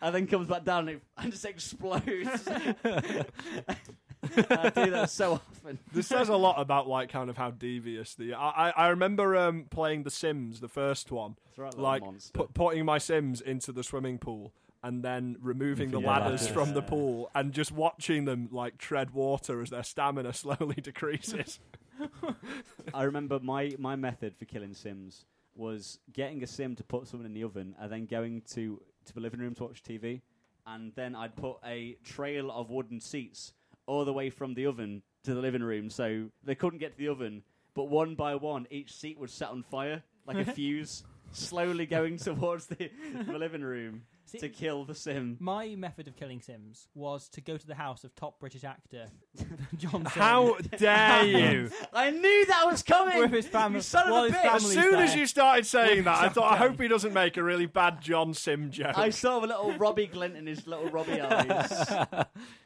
D: and then comes back down and, it, and just explodes. I do that so often.
C: this says a lot about like kind of how devious the. I I, I remember um, playing The Sims, the first one,
D: right, little
C: like
D: monster.
C: pu- putting my Sims into the swimming pool and then removing the
F: Yeah,
C: ladders
F: ladders.
C: from the pool and just watching them like tread water as their stamina slowly decreases.
D: I remember my, my method for killing Sims was getting a Sim to put someone in the oven and then going to, to the living room to watch TV. And then I'd put a trail of wooden seats all the way from the oven to the living room. So they couldn't get to the oven, but one by one, each seat would set on fire like a fuse, slowly going towards the, the living room
E: See-
D: to kill the Sim.
E: My method of killing Sims was to go to the house of top British actor John. Sims.
C: how dare you!
D: I knew that was coming!
E: With his fami-
D: You son of
E: while
D: a
E: his
D: bitch!
E: family's
C: As soon as
E: there.
C: you started saying that, I thought I hope he doesn't make a really bad John Sim joke.
D: I saw a little Robbie glint in his little Robbie eyes.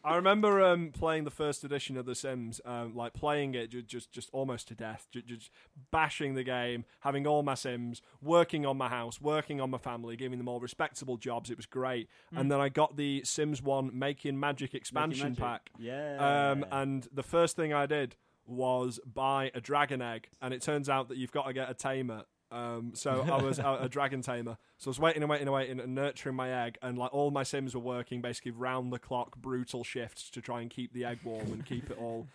C: I remember um, playing the first edition of The Sims, um, like playing it just, just just almost to death, just, just bashing the game, having all my Sims, working on my house, working on my family, giving them all respectable jobs. It was great. And then I got the Sims 1 Hmm. Making Magic expansion
D: Magic.
C: pack.
D: Yeah.
C: Um, and the first thing I did was buy a dragon egg, and it turns out that you've got to get a tamer. Um, so I was a, a dragon tamer. So I was waiting and waiting and waiting and nurturing my egg, and like all my sims were working basically round the clock, brutal shifts to try and keep the egg warm and keep it all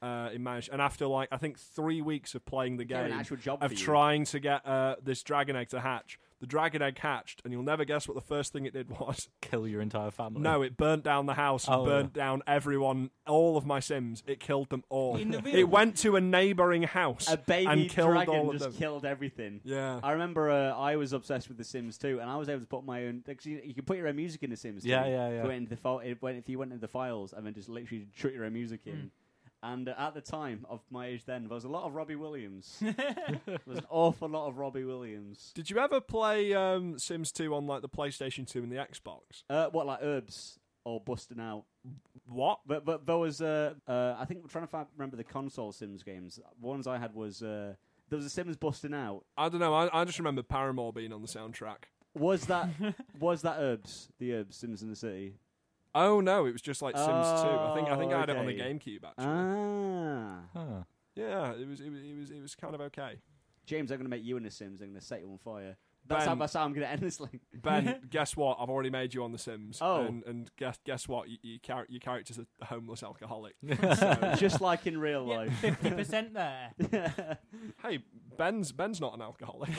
C: uh, in managed. And after like I think three weeks of playing the
D: Yeah, an
C: game,
D: actual job
C: of
D: for you.
C: trying to get uh, this dragon egg to hatch, the dragon egg hatched, and you'll never guess what the first thing it did was.
F: Kill your entire family.
C: No, it burnt down the house and
F: Oh,
C: burnt down everyone, all of my Sims. It killed them all.
E: In the real-
C: it went to a neighbouring house
D: a baby
C: and killed
D: dragon
C: all of
D: just
C: them.
D: killed everything.
C: Yeah.
D: I remember uh, I was obsessed with The Sims too, and I was able to put my own. Like, you, you can put your own music in The Sims.
F: Yeah,
D: too.
F: yeah, yeah.
D: If you went into the fol- it went, if you went into the files and then just literally shoot your own music in. And uh, at the time of my age, then there was a lot of Robbie Williams. there was an awful lot of Robbie Williams.
C: Did you ever play um, Sims 2 on like the PlayStation 2 and the Xbox?
D: Uh, what like herbs or busting out?
C: What?
D: But but there was uh, uh I think I'm trying to find, remember the console Sims games. Ones I had was uh, there was a Sims busting out.
C: I don't know. I, I just remember Paramore being on the soundtrack.
D: Was that was that herbs? The herbs Sims in the City.
C: Oh no, it was just like Sims 2. I think I think I had it on the
D: Oh, okay.
C: GameCube actually.
D: Ah,
F: Huh.
C: yeah, it was, it was it was it was kind of okay.
D: James, I'm gonna make you in the Sims. I'm gonna set you on fire. That's how
C: Ben.
D: that's how I'm gonna end this link.
C: Ben, guess what? I've already made you on the Sims.
D: Oh.
C: and, and guess guess what? Your, your, char- your character's a homeless alcoholic. So-
D: Just like in real life.
E: Fifty percent there. That's
C: Hey, Ben's Ben's not an alcoholic.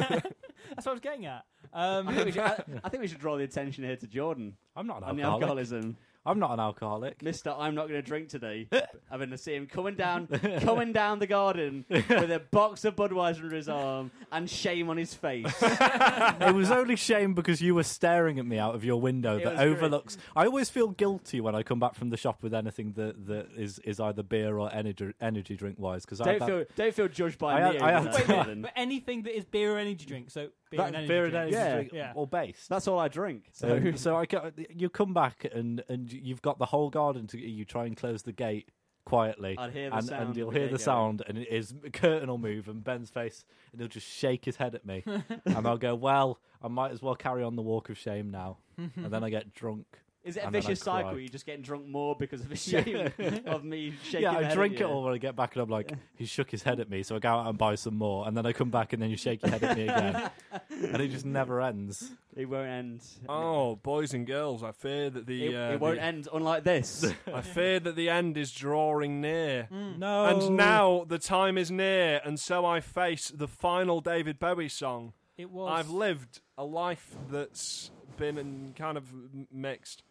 E: what I was getting at.
D: I
E: Um,
D: think, we should, I, I think we should draw the attention here to Jordan
F: I'm not an
D: on the
F: alcoholic.
D: alcoholism.
F: I'm not an alcoholic.
D: Mister, I'm not going to drink today. I'm going to see him coming down, coming down the garden with a box of Budweiser under his arm and shame on his face.
F: it was only shame because you were staring at me out of your window
D: It
F: that
D: was great.
F: overlooks. I always feel guilty when I come back from the shop with anything that, that is, is either beer or energy energy drink wise because I
D: don't
F: had that-
D: feel, don't feel judged by
F: I had-
D: me.
F: I
D: over
F: had-
D: that,
F: Wait, wait,
D: Jordan.
E: but anything that is beer or energy drink. So beer
F: that
E: and energy
F: beer and
E: drink.
F: energy
D: Yeah.
F: drink Oh,
E: Yeah.
F: or base.
D: That's all I drink. So
F: Um, so I ca- you come back and and you've got the whole garden to you try and close the gate quietly
D: I'd hear the
F: and,
D: sound
F: and you'll
D: of the
F: hear
D: gate
F: the
D: going.
F: sound and it is a curtain will move and Ben's face and he'll just shake his head at me and I'll go well I might as well carry on the walk of shame now and then I get drunk
D: is it a
F: and then I
D: vicious cycle?
F: cry.
D: You're just getting drunk more because of the shame of me shaking.
F: yeah
D: my head
F: I
D: at
F: drink it
D: you.
F: all when I get back and I'm like he shook his head at me so I go out and buy some more and then I come back and then you shake your head at me again and it just never ends
D: It won't end.
C: oh, boys and girls, I fear that the
D: It,
C: uh,
D: it won't
C: the-
D: end unlike this.
C: I fear that the end is drawing near.
D: Mm.
F: no
D: Oh.
C: And now the time is near, and so I face the final David Bowie song.
E: It was.
C: I've lived a life that's been in kind of m- mixed.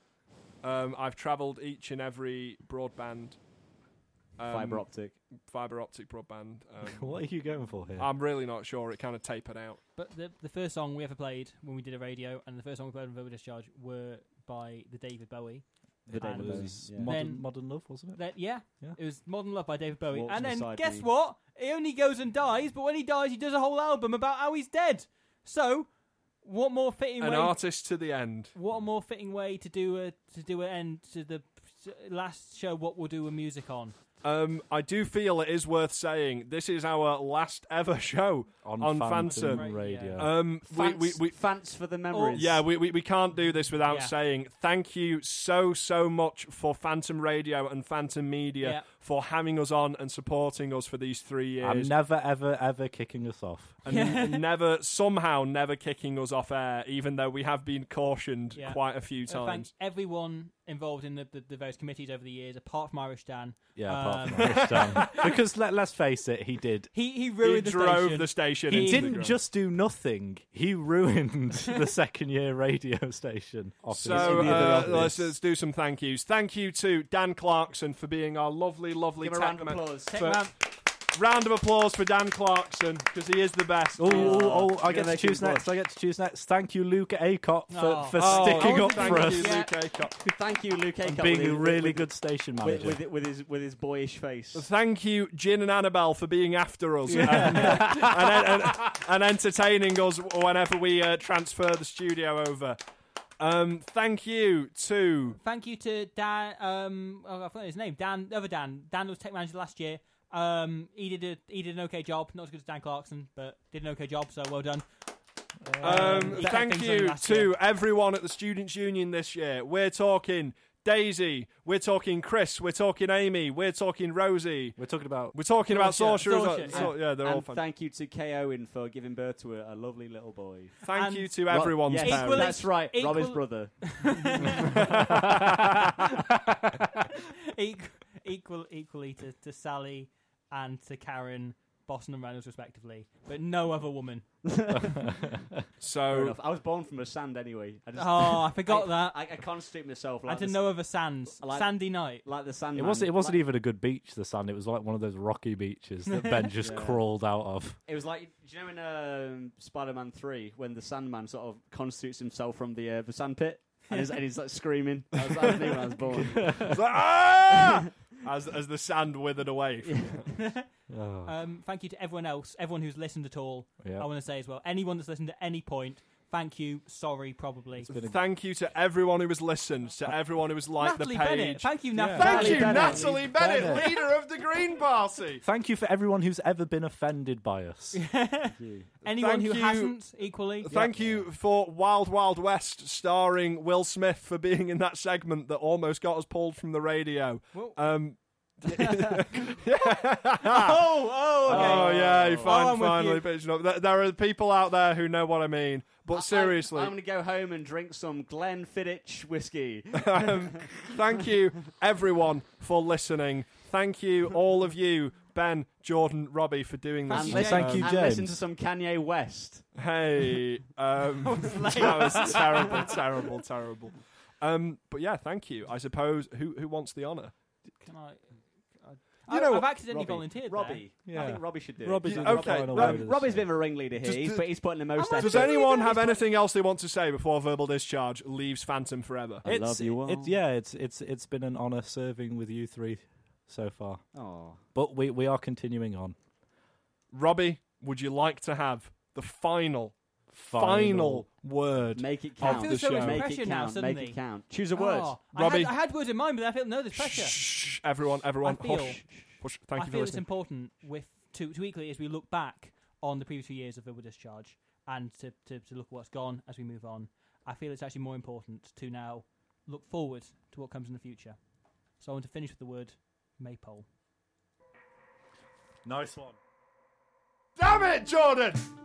C: Um, I've travelled each and every broadband, um,
D: Fiber optic.
C: fiber optic broadband. Um,
F: what are you going for here
C: I'm really not sure. It kind of tapered out.
E: But the, the first song we ever played when we did a radio, and the first song we played on Verbal Discharge were by the David Bowie.
D: The
E: David
F: It
E: Bowie.
F: was
D: Yeah.
F: modern,
E: Then-
F: modern love wasn't it
E: That yeah,
F: Yeah.
E: it was Modern Love by David Bowie.
D: Walks
E: and then
D: Beside
E: guess
D: Me.
E: what? He only goes and dies, but when he dies, he does a whole album about how he's dead. So, what more fitting
C: An
E: way?
C: artist to the end.
E: What more fitting way to do a to do an end to the last show? What we'll do a music on?
C: Um, I do feel it is worth saying this is our last ever show on, Phantom.
E: Right,
F: Radio.
C: Um, we,
D: Fants,
C: we, we,
D: fants for the memories.
C: yeah, we, we, we can't do this without
E: Yeah.
C: saying thank you so, so much for Phantom Radio and Phantom Media
E: Yeah.
C: for having us on and supporting us for these three
F: I'm
C: years.
F: never, ever, ever kicking us off.
C: and never, somehow, never kicking us off air, even though we have been cautioned
E: Yeah.
C: quite a few
E: So thank
C: times.
E: everyone involved in the, the, the various committees over the years, apart from Irish Dan.
F: Yeah,
E: Um,
F: apart from Irish Dan. because let, let's face it, he did.
E: He he
C: He
E: ruined the
C: drove
E: station.
C: the station.
E: He
C: into the
F: Didn't
C: ground.
F: just do nothing. He ruined the second year radio station. Office.
C: So
D: In the other
C: uh,
D: office.
C: let's, let's do some thank yous. Thank you to Dan Clarkson for being our lovely, lovely
D: Give a
C: tech
D: round of
C: man.
D: applause.
E: Tech
C: For-
E: man,
C: Round of applause for Dan Clarkson because he is the best.
F: Oh, oh, I
D: You're
F: get to
D: making
F: choose next.
D: blush.
F: I get to choose next. Thank you, Luke Aycott, for,
E: Oh.
F: for
C: Oh,
F: sticking
E: oh,
F: up
C: thank
F: for
C: you,
F: us
E: Yeah.
C: Luke Aycock.
D: Thank you, Luke Aycock,
F: being
D: with-
F: a really
D: with-
F: good station
D: with,
F: manager.
D: with, with his with his boyish face.
C: Thank you, Jin and Annabelle, for being after us and, uh, and, and, and entertaining us whenever we uh, transfer the studio over. Um, thank you to
E: thank you to Dan. Um, oh, I forgot his name. Dan, the other Dan. Dan was tech manager last year. Um, he did a he did an okay job. Not as good as Dan Clarkson, but did an okay job. So well done. Um,
C: um,
E: he got
C: thank
E: things done
C: you
E: last
C: to
E: year.
C: everyone at the Students' Union this year. We're talking Daisy. We're talking Chris. We're talking Amy. We're talking Rosie.
F: We're talking about
C: We're talking about
E: Saoirse.
C: Sorcerer. as well.
E: Saoirse,
C: So- yeah, they're
D: and
C: all fun.
D: thank you to Ko in for giving birth to a, a lovely little boy.
C: Thank
E: and-
C: you to everyone's
D: Yes,
E: Equally-
C: parents.
D: that's right. Robin's
E: equal-
D: brother.
E: Equ- equal, equally to, to Sally and to Karen, Boston and Reynolds, respectively, but no other woman.
D: Fair
C: So
D: enough. I was born from a sand anyway. I just
E: Oh, I forgot
D: I,
E: that.
D: I, I constitute myself
E: and
D: like
E: to
D: the,
E: no other Sands.
D: like-
E: Sandy Night.
D: like the sand.
F: It wasn't. It wasn't even a good beach. The sand. It was like one of those rocky beaches that Ben just crawled out of.
D: It was like do you know in um, Spider-Man Three when the Sandman sort of constitutes himself from the uh, the sand pit and he's, and he's like screaming. I was, I knew when I was born.
C: It's like, "Ah!" as as the sand withered away.
E: Um, thank you to everyone else, everyone who's listened at all.
F: Yeah.
E: I want to say as well, anyone that's listened at any point, thank you. Sorry, probably.
C: Thank you to everyone who has listened, to everyone who has liked
E: Natalie
C: the page.
E: Bennett. Thank you, Natalie.
C: Thank you,
E: Bennett.
C: Natalie Bennett,
F: Bennett.
C: leader of the Green Party.
F: Thank you for everyone who's ever been offended by us.
C: Thank
E: Anyone
C: you.
E: who hasn't, equally.
C: Thank you for Wild Wild West starring Will Smith for being in that segment that almost got us pulled from the radio.
E: Whoa.
C: Um,
E: Oh, oh, okay.
C: Oh, yeah, you fin-
E: I'm with
C: finally
E: you.
C: pitching up. There, there are people out there who know what I mean. But seriously,
D: I'm, I'm gonna go home and drink some Glenfiddich whiskey.
C: thank you, everyone, for listening. Thank you, all of you, Ben, Jordan, Robbie, for doing this.
E: Thank
D: and
E: you,
D: listen,
F: Thank you,
D: and listen
F: James.
D: to some Kanye West.
C: Hey, um, that was terrible, terrible, terrible. Um, but yeah, thank you. I suppose who who wants the honour?
E: Can I, I,
C: You know
E: I've
C: what,
E: accidentally
D: Robbie.
E: volunteered. there.
D: Robbie. I think Robbie should do it.
F: Robbie's
C: Yeah,
F: in the
C: okay,
F: final
C: Rob-
F: word of the
D: Robbie's a
F: show.
D: been a ringleader here.
C: Does-
D: he's,
C: does-
D: put, he's putting the most
E: not
D: effort.
C: Does anyone have anything else they want to say before verbal discharge leaves Phantom forever?
D: I love you all.
F: It's, yeah, it's it's it's been an honour serving with you three so far,
D: Oh,
F: but we we are continuing on.
C: Robbie, would you like to have the final, final, word?
D: make it
C: Of
D: count.
C: the show.
D: Make
E: Pressure
D: it
E: now,
D: count. Make
E: suddenly.
D: it count. Choose a word.
E: Oh,
C: Robbie.
E: I had, I had words in mind, but I feel no, there's pressure.
C: Shh, everyone, everyone,
E: I feel-
C: hush, hush. Thank
E: I
C: you
E: feel
C: for
E: it's
C: listening.
E: important with to, to equally as we look back on the previous few years of verbal discharge and to, to, to look at what's gone as we move on. I feel it's actually more important to now look forward to what comes in the future. So I want to finish with the word maypole.
F: Nice one.
C: Damn it, Jordan!